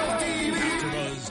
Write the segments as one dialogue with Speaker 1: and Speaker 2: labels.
Speaker 1: AfterBuzz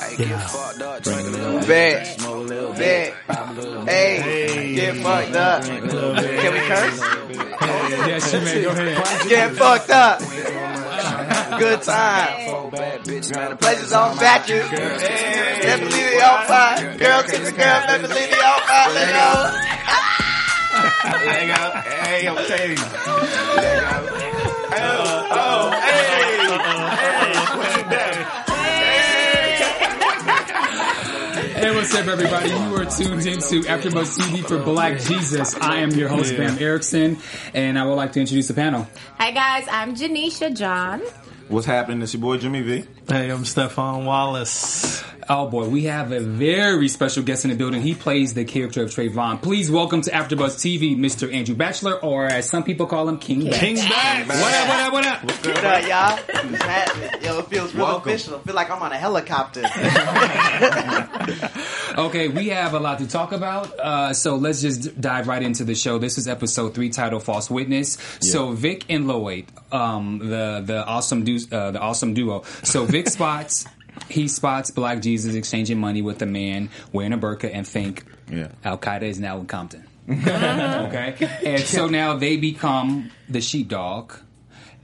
Speaker 2: I get fucked up, drink a little bit, smoke a little bit. Hey, get fucked up. Can we curse?
Speaker 3: Yeah, she may go ahead.
Speaker 2: Get fucked up. Good time. The place is on vacuum. Never leave it on fire. Girl, kiss a girl, never leave it on fire. Let go.
Speaker 4: There you go. Hey, I'm telling you.
Speaker 3: Hey, what's up, everybody? You are tuned into AfterBuzz TV for Black Jesus. I am your host, Bam Erickson, and I would like to introduce the panel.
Speaker 5: Hi guys, I'm Janisha John.
Speaker 4: What's happening? It's your boy Jimmy V.
Speaker 6: Hey, I'm Stefan Wallace.
Speaker 3: Oh boy, we have a very special guest in the building. He plays the character of Trayvon. Please welcome to AfterBuzz TV, Mr. Andrew Batchelor, or as some people call him, King Bat.
Speaker 6: King's back.
Speaker 3: What up? What up? What up?
Speaker 2: What up, y'all? What's happening? Yo, it feels real
Speaker 4: Welcome.
Speaker 2: official. I feel like I'm on a helicopter.
Speaker 3: Okay, we have a lot to talk about, uh, so let's just dive right into the show. This is episode three, titled "False Witness." So Vic and Lloyd, um, the the awesome du- uh, the awesome duo. So Vic spots he spots Black Jesus exchanging money with a man wearing a burqa and think
Speaker 4: Yeah.
Speaker 3: Al Qaeda is now in Compton. okay, and so now they become the sheepdog,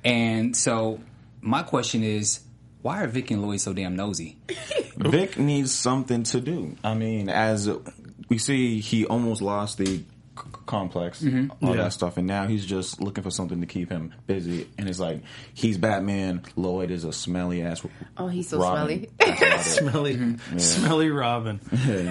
Speaker 3: and so my question is, why are Vic and Lloyd so damn nosy?
Speaker 4: Vic needs something to do. I mean, as we see, he almost lost the c- complex, all that stuff, and now he's just looking for something to keep him busy. And it's like he's Batman. Lloyd is a smelly ass.
Speaker 5: Oh, he's so
Speaker 4: Robin. That's about it.
Speaker 6: Smelly, smelly Robin.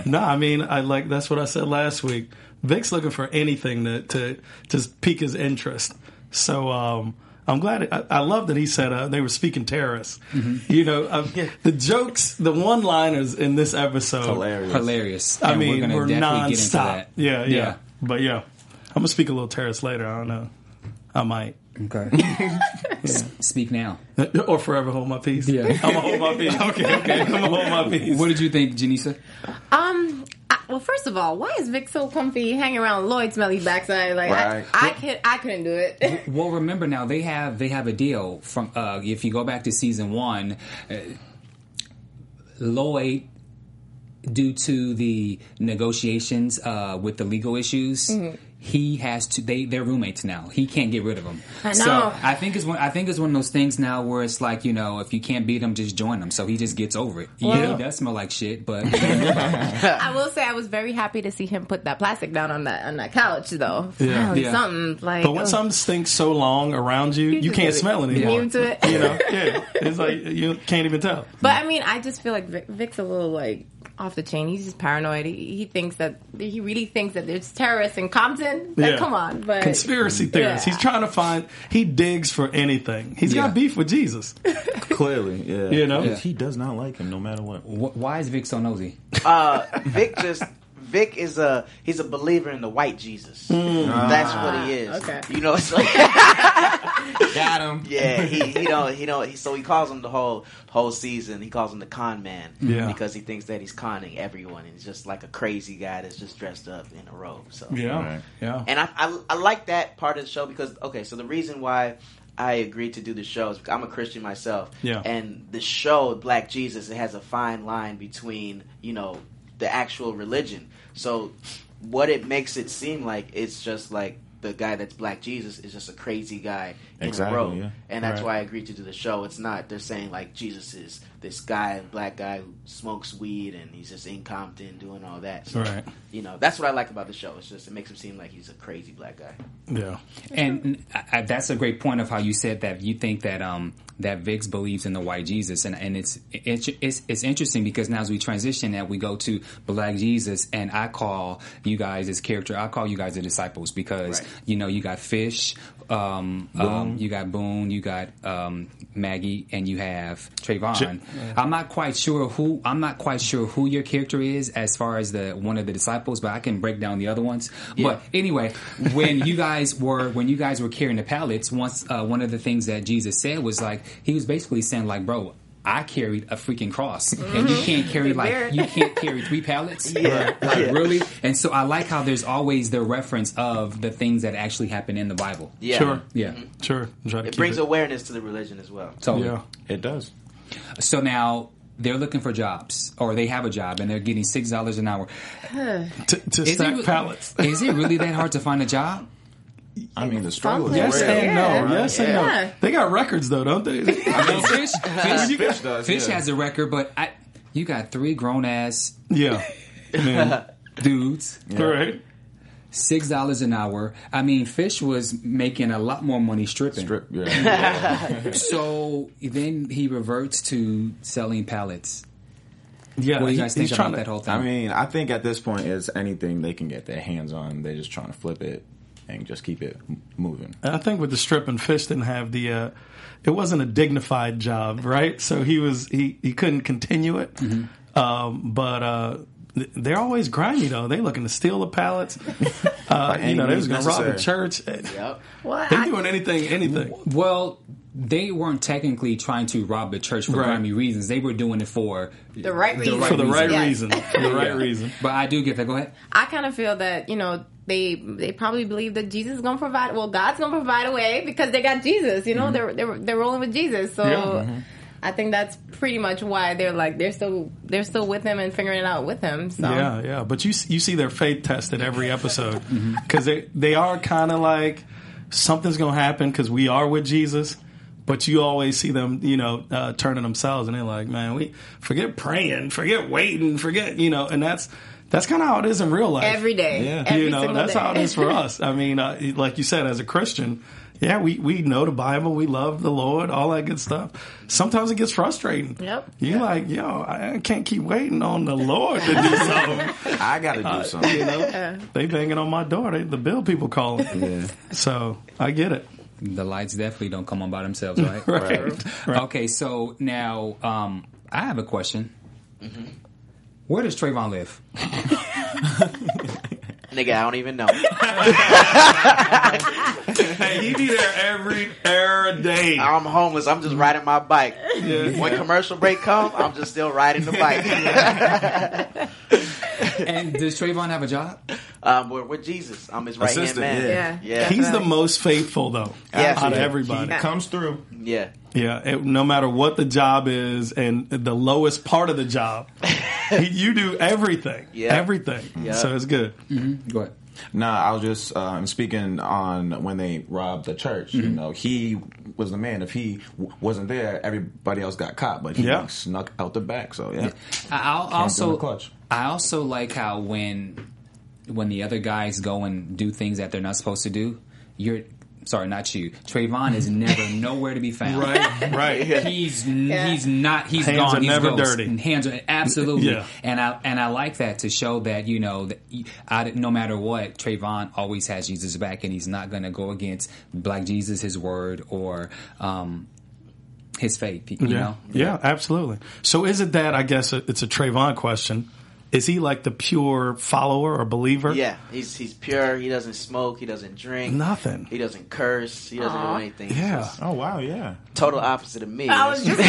Speaker 6: No, I mean, I like that's what I said last week. Vic's looking for anything to to just pique his interest. So um, I'm glad. I, I love that he said uh, they were speaking terrorists. You know, uh, the jokes, the one-liners in this episode.
Speaker 4: Hilarious.
Speaker 3: Hilarious.
Speaker 6: I
Speaker 3: And
Speaker 6: mean,
Speaker 3: gonna
Speaker 6: we're,
Speaker 3: definitely get into
Speaker 6: nonstop.
Speaker 3: that.
Speaker 6: Yeah, yeah, But yeah, I'm gonna speak a little terrorist later. I don't know. I might.
Speaker 3: Okay. S- Speak now.
Speaker 6: Or forever hold my peace.
Speaker 3: Yeah.
Speaker 6: I'm gonna hold my peace. okay, okay. I'm gonna hold my peace.
Speaker 3: What did you think, Janisa?
Speaker 5: Um, I, well, first of all, why is Vic so comfy hanging around Lloyd Smelly backside? Like,
Speaker 4: Right.
Speaker 5: I, I could, I couldn't do it.
Speaker 3: Well, remember now they have they have a deal from uh, if you go back to season one, uh, Lloyd. Due to the negotiations uh, with the legal issues,
Speaker 6: Mm-hmm.
Speaker 3: he has to. They they're roommates now. He can't get rid of them.
Speaker 5: I
Speaker 3: So
Speaker 5: know.
Speaker 3: I think it's one. I think it's one of those things now where it's like you know, if you can't beat them, just join them. So he just gets over it. yeah, he does smell like shit, but
Speaker 5: I will say I was very happy to see him put that plastic down on that on that couch, though.
Speaker 6: Yeah.
Speaker 5: Finally,
Speaker 3: Yeah.
Speaker 5: something like.
Speaker 6: But when something stinks so long around you, you
Speaker 5: just
Speaker 6: can't
Speaker 5: really
Speaker 6: smell anymore.
Speaker 5: immune to it.
Speaker 6: You know, yeah, it's like you can't even tell.
Speaker 5: But I mean, I just feel like Vic, Vic's a little like off the chain. He's just paranoid. He, he thinks that he really thinks that there's terrorists in Compton. Like,
Speaker 6: Yeah.
Speaker 5: come on, but
Speaker 6: Conspiracy theorist.
Speaker 5: Yeah.
Speaker 6: He's trying to find. He digs for anything. He's
Speaker 3: Yeah.
Speaker 6: got beef with Jesus.
Speaker 4: Clearly, yeah.
Speaker 6: You know?
Speaker 4: he, he does not like him no matter what.
Speaker 3: wh- why is Vic so nosy?
Speaker 2: Vic just Vic is a he's a believer in the white Jesus. That's what he is.
Speaker 5: Okay.
Speaker 2: You know, it's like
Speaker 4: Got him.
Speaker 2: yeah, he he don't he don't he, so he calls him the whole whole season. He calls him the con man
Speaker 6: Yeah.
Speaker 2: because he thinks that he's conning everyone. And he's just like a crazy guy that's just dressed up in a robe. So
Speaker 6: Yeah,
Speaker 4: Right.
Speaker 6: yeah.
Speaker 2: and I, I I like that part of the show because okay, so the reason why I agreed to do the show is because I'm a Christian myself.
Speaker 6: Yeah.
Speaker 2: And the show Black Jesus it has a fine line between you know the actual religion. So what it makes it seem like it's just like the guy that's Black Jesus is just a crazy guy in
Speaker 4: Exactly,
Speaker 2: a robe,
Speaker 4: yeah.
Speaker 2: and that's
Speaker 6: Right.
Speaker 2: why I agreed to do the show. It's not they're saying like Jesus is this guy, black guy who smokes weed and he's just in Compton doing all that. So,
Speaker 6: Right.
Speaker 2: You know, that's what I like about the show. It's just it makes him seem like he's a crazy black guy.
Speaker 6: Yeah.
Speaker 3: And I, I- that's a great point of how you said that you think that um that Vix believes in the white Jesus, and and it's it's it's, it's interesting because now as we transition that we go to Black Jesus, and I call you guys as character, I call you guys the disciples because
Speaker 2: Right.
Speaker 3: you know you got Fish, um, um you got Boone, you got um Maggie, and you have Trayvon. I'm not quite sure who I'm not quite sure who your character is as far as the one of the disciples, but I can break down the other ones. But anyway, when you guys were when you guys were carrying the pallets, once uh, one of the things that Jesus said was like he was basically saying like, bro. I carried a freaking cross, and you can't carry like
Speaker 5: Weird.
Speaker 3: you can't carry three pallets. Like, like, really. And so I like how there's always the reference of the things that actually happen in the Bible.
Speaker 2: Yeah.
Speaker 6: Sure.
Speaker 3: yeah,
Speaker 6: Sure. Try to
Speaker 2: It
Speaker 6: keep
Speaker 2: brings awareness to the religion as well.
Speaker 3: totally.
Speaker 6: Yeah.
Speaker 4: It does.
Speaker 3: So now they're looking for jobs, or they have a job, and they're getting six dollars an hour.
Speaker 6: To, to
Speaker 3: Is it
Speaker 6: stack
Speaker 3: re-
Speaker 6: pallets.
Speaker 3: Is it really that hard to find a job?
Speaker 4: I mean, the struggle is
Speaker 6: Yes
Speaker 5: Yes
Speaker 4: real.
Speaker 5: and
Speaker 6: and
Speaker 5: Yeah.
Speaker 6: no.
Speaker 5: no.
Speaker 6: Yes and
Speaker 5: and no.
Speaker 6: no.
Speaker 5: Yeah.
Speaker 6: They got records though, don't they?
Speaker 3: I mean, fish, fish,
Speaker 4: Fish does,
Speaker 3: Fish
Speaker 4: yeah.
Speaker 3: has a record, but I, you got three grown ass
Speaker 6: yeah.
Speaker 3: dudes,
Speaker 6: Right.
Speaker 3: six dollars an hour. I mean, Fish was making a lot more money stripping.
Speaker 4: Strip, yeah.
Speaker 3: So then he reverts to selling pallets.
Speaker 6: Yeah.
Speaker 3: What do you
Speaker 6: he-
Speaker 3: guys
Speaker 6: he's
Speaker 3: think about
Speaker 6: trying to-
Speaker 3: that whole thing?
Speaker 4: I mean, I think at this point, it's anything they can get their hands on. They're just trying to flip it and just keep it m- moving.
Speaker 6: I think with the strip and fish didn't have the uh, it wasn't a dignified job, right? So he was he he couldn't continue it. Um, but uh, th- they're always grimy though. They looking to steal the pallets. Uh, you
Speaker 4: any
Speaker 6: know, they was
Speaker 4: means
Speaker 6: gonna rob a
Speaker 4: necessary.
Speaker 6: church.
Speaker 2: Yep.
Speaker 5: Well,
Speaker 6: They
Speaker 5: I-
Speaker 6: doing anything, anything.
Speaker 3: well, they weren't technically trying to rob the church for
Speaker 6: Right.
Speaker 3: grimy reasons. They were doing it for
Speaker 5: the right reason.
Speaker 6: for the right
Speaker 5: Yes.
Speaker 6: reason. For the right reason.
Speaker 3: But I do get that. Go ahead.
Speaker 5: I kind of feel that you know they they probably believe that Jesus is going to provide. Well, God's going to provide a way because they got Jesus. You know, they're, they're they're rolling with Jesus. So
Speaker 6: Mm-hmm. Yeah. Mhm.
Speaker 5: I think that's pretty much why they're like they're still they're still with him and figuring it out with him. So
Speaker 6: Yeah, yeah. But you s- you see their faith tested every episode because they they are kind of like something's gonna happen because we are with Jesus. But you always see them, you know, uh, turning themselves, and they're like, "Man, we forget praying, forget waiting, forget you know." And that's that's kind of how it is in real life.
Speaker 5: every day,
Speaker 4: Yeah.
Speaker 5: every
Speaker 6: you know,
Speaker 5: single
Speaker 6: that's
Speaker 5: day.
Speaker 6: how it is for us. I mean, uh, like you said, as a Christian, yeah, we we know the Bible, we love the Lord, all that good stuff. Sometimes it gets frustrating.
Speaker 5: Yep.
Speaker 6: You're like, yo, I I can't keep waiting on the Lord to do something.
Speaker 4: I got to do something.
Speaker 6: You know, they banging on my door. They, the bill people calling.
Speaker 4: Yeah.
Speaker 6: So I get it.
Speaker 3: The lights definitely don't come on by themselves, right?
Speaker 6: Right. Right.
Speaker 3: Okay, so now um, I have a question. Mm-hmm. Where does Trayvon live?
Speaker 2: Nigga, I don't even know.
Speaker 6: Hey, he be there every every day.
Speaker 2: I'm homeless. I'm just riding my bike.
Speaker 6: Yeah.
Speaker 2: When commercial break comes, I'm just still riding the bike.
Speaker 3: And does Trayvon have a job?
Speaker 2: um, we're with Jesus. I'm his right hand
Speaker 4: Assistant,
Speaker 2: man.
Speaker 5: yeah.
Speaker 2: Yeah.
Speaker 6: He's the most faithful though
Speaker 2: Yeah.
Speaker 6: out of
Speaker 2: Yeah.
Speaker 6: everybody.
Speaker 4: He comes through.
Speaker 2: Yeah.
Speaker 6: Yeah, it, no matter what the job is and the lowest part of the job, you do everything.
Speaker 2: Yeah.
Speaker 6: Everything.
Speaker 2: Yeah.
Speaker 6: So it's good.
Speaker 3: Go ahead.
Speaker 4: Nah, I was just um, speaking on when they robbed the church. You know, he was the man. If he w- wasn't there, everybody else got caught, but he
Speaker 6: Yeah.
Speaker 4: snuck out the back. So yeah,
Speaker 3: I- I'll
Speaker 4: in
Speaker 3: also
Speaker 4: the clutch.
Speaker 3: I also like how when when the other guys go and do things that they're not supposed to do, you're sorry, not you. Trayvon is never nowhere to be found.
Speaker 6: Right, right.
Speaker 3: He's he's not he's
Speaker 6: Hands
Speaker 3: gone.
Speaker 6: are
Speaker 3: he's
Speaker 6: never
Speaker 3: ghost.
Speaker 6: dirty.
Speaker 3: And Hands are absolutely.
Speaker 6: Yeah.
Speaker 3: And I and I like that to show that you know that he- I, no matter what Trayvon always has Jesus back and he's not going to go against Black Jesus, his word or um, his faith. You
Speaker 6: Yeah.
Speaker 3: know.
Speaker 6: yeah, absolutely. So is it that, I guess it's a Trayvon question. Is he like the pure follower or believer?
Speaker 2: Yeah. He's he's pure. He doesn't smoke. He doesn't drink.
Speaker 6: Nothing.
Speaker 2: He doesn't curse. He doesn't do anything. He's
Speaker 6: Yeah.
Speaker 2: just
Speaker 4: Oh wow, yeah.
Speaker 2: Total opposite of me.
Speaker 5: I was just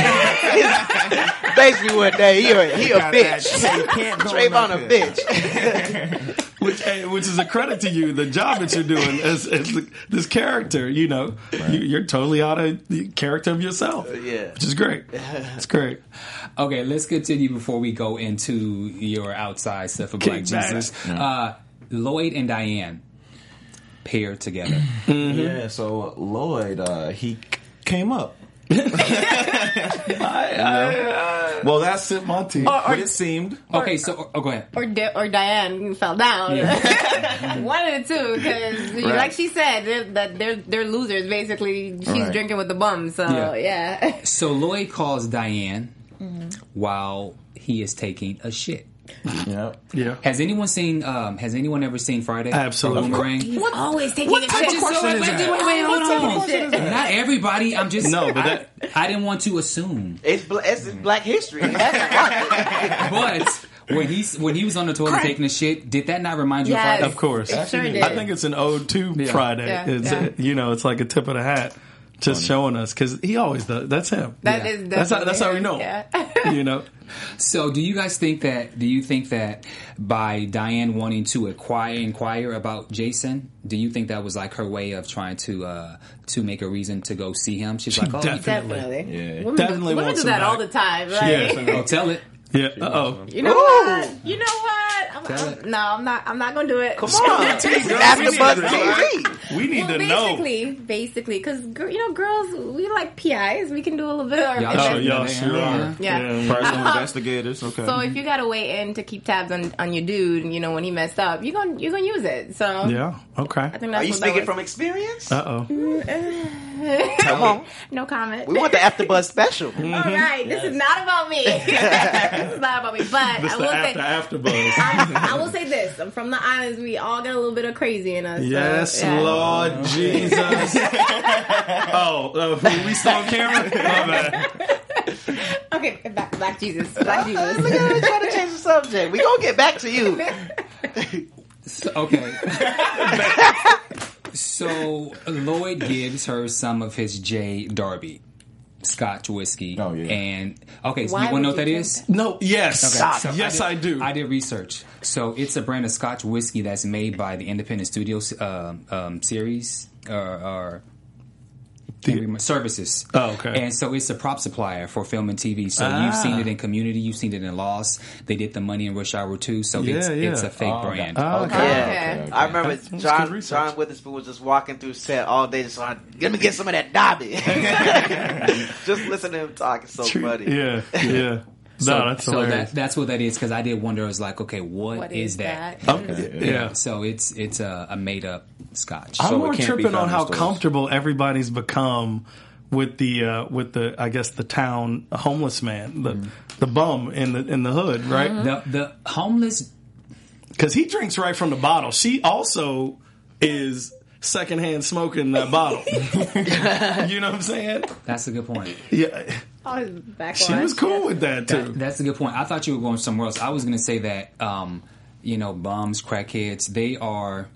Speaker 2: Basically, what day he a, he a bitch.
Speaker 4: You can't go
Speaker 2: Trayvon a
Speaker 4: nowhere.
Speaker 2: bitch.
Speaker 6: which eh, which is a credit to you, the job that you're doing as, as the, this character. You know, you, you're totally out of the character of yourself.
Speaker 2: yeah.
Speaker 6: which is great. It's great.
Speaker 3: Okay, let's continue before we go into your outside stuff of Black
Speaker 6: Kick back.
Speaker 3: Jesus. Uh, Lloyd and Diane paired together.
Speaker 4: Mm-hmm. Yeah, so Lloyd, uh, he c- came up. well, that's it, my team.
Speaker 5: Or- or-
Speaker 4: but uh, it seemed.
Speaker 3: Okay, so oh, go ahead.
Speaker 5: or Di- or Diane fell down. One of the two, because
Speaker 4: Right.
Speaker 5: like she said, they're, that they're they're losers. Basically, she's
Speaker 4: Right.
Speaker 5: drinking with the bums. So
Speaker 3: Yeah.
Speaker 5: yeah,
Speaker 3: So Lloyd calls Diane while he is taking a shit.
Speaker 4: Yep.
Speaker 6: Yeah.
Speaker 3: Has anyone seen? Um, has anyone ever seen Friday?
Speaker 6: Absolutely.
Speaker 3: Boomerang.
Speaker 5: What's always taking a
Speaker 3: I just
Speaker 5: shit.
Speaker 3: so wait, wait, wait, wait, wait, hold on. Not everybody. I'm just
Speaker 6: No, but
Speaker 3: I-
Speaker 6: that-
Speaker 3: I, didn't want to assume.
Speaker 2: It's, bla- it's Black History. It has a lot.
Speaker 3: But when he when he was on the toilet taking a shit, did that not remind you of
Speaker 5: Yes.
Speaker 3: Friday?
Speaker 6: Of course.
Speaker 5: It sure did.
Speaker 6: I think it's an ode to
Speaker 3: Yeah.
Speaker 6: Friday.
Speaker 5: Yeah,
Speaker 6: It's uh,
Speaker 5: yeah.
Speaker 6: you know, it's like a tip of the hat, just showing us because he always does. That's him.
Speaker 5: That
Speaker 3: Yeah.
Speaker 5: is
Speaker 6: that's how,
Speaker 5: definitely
Speaker 6: that's how we
Speaker 5: her.
Speaker 6: know. him.
Speaker 5: Yeah.
Speaker 6: You know,
Speaker 3: So, do you guys think that? Do you think that by Diane wanting to acquire inquire about Jason, do you think that was like her way of trying to uh to make a reason to go see him? She's like, oh,
Speaker 6: definitely-
Speaker 5: Definitely.
Speaker 4: Yeah.
Speaker 5: Women,
Speaker 6: Definitely
Speaker 5: do, women
Speaker 6: wants
Speaker 5: do that
Speaker 6: him
Speaker 5: all the time,
Speaker 6: back.
Speaker 5: right?
Speaker 3: oh, tell it.
Speaker 6: yeah. Uh
Speaker 5: You know what? You know what? I'm,
Speaker 3: Tell
Speaker 5: I'm,
Speaker 3: it.
Speaker 5: no, I'm not. I'm not gonna do it. Come
Speaker 2: Come on. This is after Buzz TV.
Speaker 6: oh, we need
Speaker 5: Well,
Speaker 6: to know.
Speaker 5: basically, basically, because you know, girls, we like PIs. We can do a little bit. Of
Speaker 3: Y'all
Speaker 6: Oh,
Speaker 3: sure-
Speaker 6: y'all sure are.
Speaker 5: Yeah.
Speaker 4: Personal investigators. Okay.
Speaker 5: So if you gotta weigh in to keep tabs on, on your dude, you know when he messed up, you're gonna you're gonna use it. So
Speaker 6: Yeah. Okay.
Speaker 5: I think that's
Speaker 2: Are you
Speaker 5: what
Speaker 2: speaking
Speaker 5: that was.
Speaker 2: from experience?
Speaker 6: Uh oh.
Speaker 2: Come on.
Speaker 5: No comment.
Speaker 2: We want the After Buzz special.
Speaker 5: All right, this is not about me. this is not about me. But
Speaker 6: This
Speaker 5: I
Speaker 6: is
Speaker 5: will
Speaker 6: the
Speaker 5: say,
Speaker 6: after after buzz.
Speaker 5: I, I will say this: I'm from the islands. We all got a little bit of crazy in us. so,
Speaker 6: Yes,
Speaker 5: yeah.
Speaker 6: Lord Jesus. oh, uh, who we saw on camera? My bad.
Speaker 5: Okay, back, black Jesus, black Jesus.
Speaker 2: Look at her trying to change the subject. We gonna get back to you.
Speaker 3: So- okay. so Lloyd gives her some of his J Darby Scotch whiskey.
Speaker 4: Oh, yeah.
Speaker 3: And okay, so
Speaker 5: Why
Speaker 3: you want to know what
Speaker 5: would
Speaker 3: that
Speaker 5: you
Speaker 3: is?
Speaker 6: No, yes.
Speaker 3: Okay, so
Speaker 6: yes, I,
Speaker 3: did-
Speaker 6: do.
Speaker 3: I did research. So it's a brand of Scotch whiskey that's made by the Independent Studios um, um, series or, or can't remember- services.
Speaker 6: Oh, okay.
Speaker 3: And so it's a prop supplier for film and TV. So
Speaker 6: Ah.
Speaker 3: you've seen it in Community, you've seen it in Lost. They did the Money in Rush Hour too. So it's,
Speaker 6: Yeah, yeah.
Speaker 3: it's a fake
Speaker 4: Oh, okay.
Speaker 3: brand.
Speaker 6: Oh, okay.
Speaker 5: Okay.
Speaker 2: Yeah,
Speaker 4: okay.
Speaker 2: I remember
Speaker 6: That's- that's good
Speaker 2: John
Speaker 6: research.
Speaker 2: John Witherspoon was just walking through set all day, just on. Let me get some of that Dobby. just listen to him talk. It's so funny.
Speaker 6: Yeah, yeah.
Speaker 3: So,
Speaker 6: no, Oh, that's
Speaker 3: so
Speaker 6: hilarious.
Speaker 3: that, that's what that is because I did wonder. I was like, okay, what is, that?
Speaker 6: Um,
Speaker 4: Okay,
Speaker 6: yeah.
Speaker 3: So it's it's a, a made up Scotch.
Speaker 6: I'm
Speaker 4: So it
Speaker 6: more
Speaker 4: can't be
Speaker 6: tripping
Speaker 4: found
Speaker 6: on
Speaker 4: in
Speaker 6: how
Speaker 4: stores.
Speaker 6: comfortable everybody's become with the uh, with the I guess the town homeless man, the
Speaker 4: Mm.
Speaker 6: the bum in the in the hood,
Speaker 4: Mm-hmm.
Speaker 6: right?
Speaker 3: the the homeless
Speaker 6: Because he drinks right from the bottle. She also is secondhand smoking that bottle. you know what I'm saying?
Speaker 3: That's a good point.
Speaker 6: Yeah,
Speaker 5: I was Oh, back
Speaker 6: she
Speaker 5: on.
Speaker 6: was cool with that too.
Speaker 3: That's a good point. I thought you were going somewhere else. I was going to say that um, you know, bums, crackheads, they are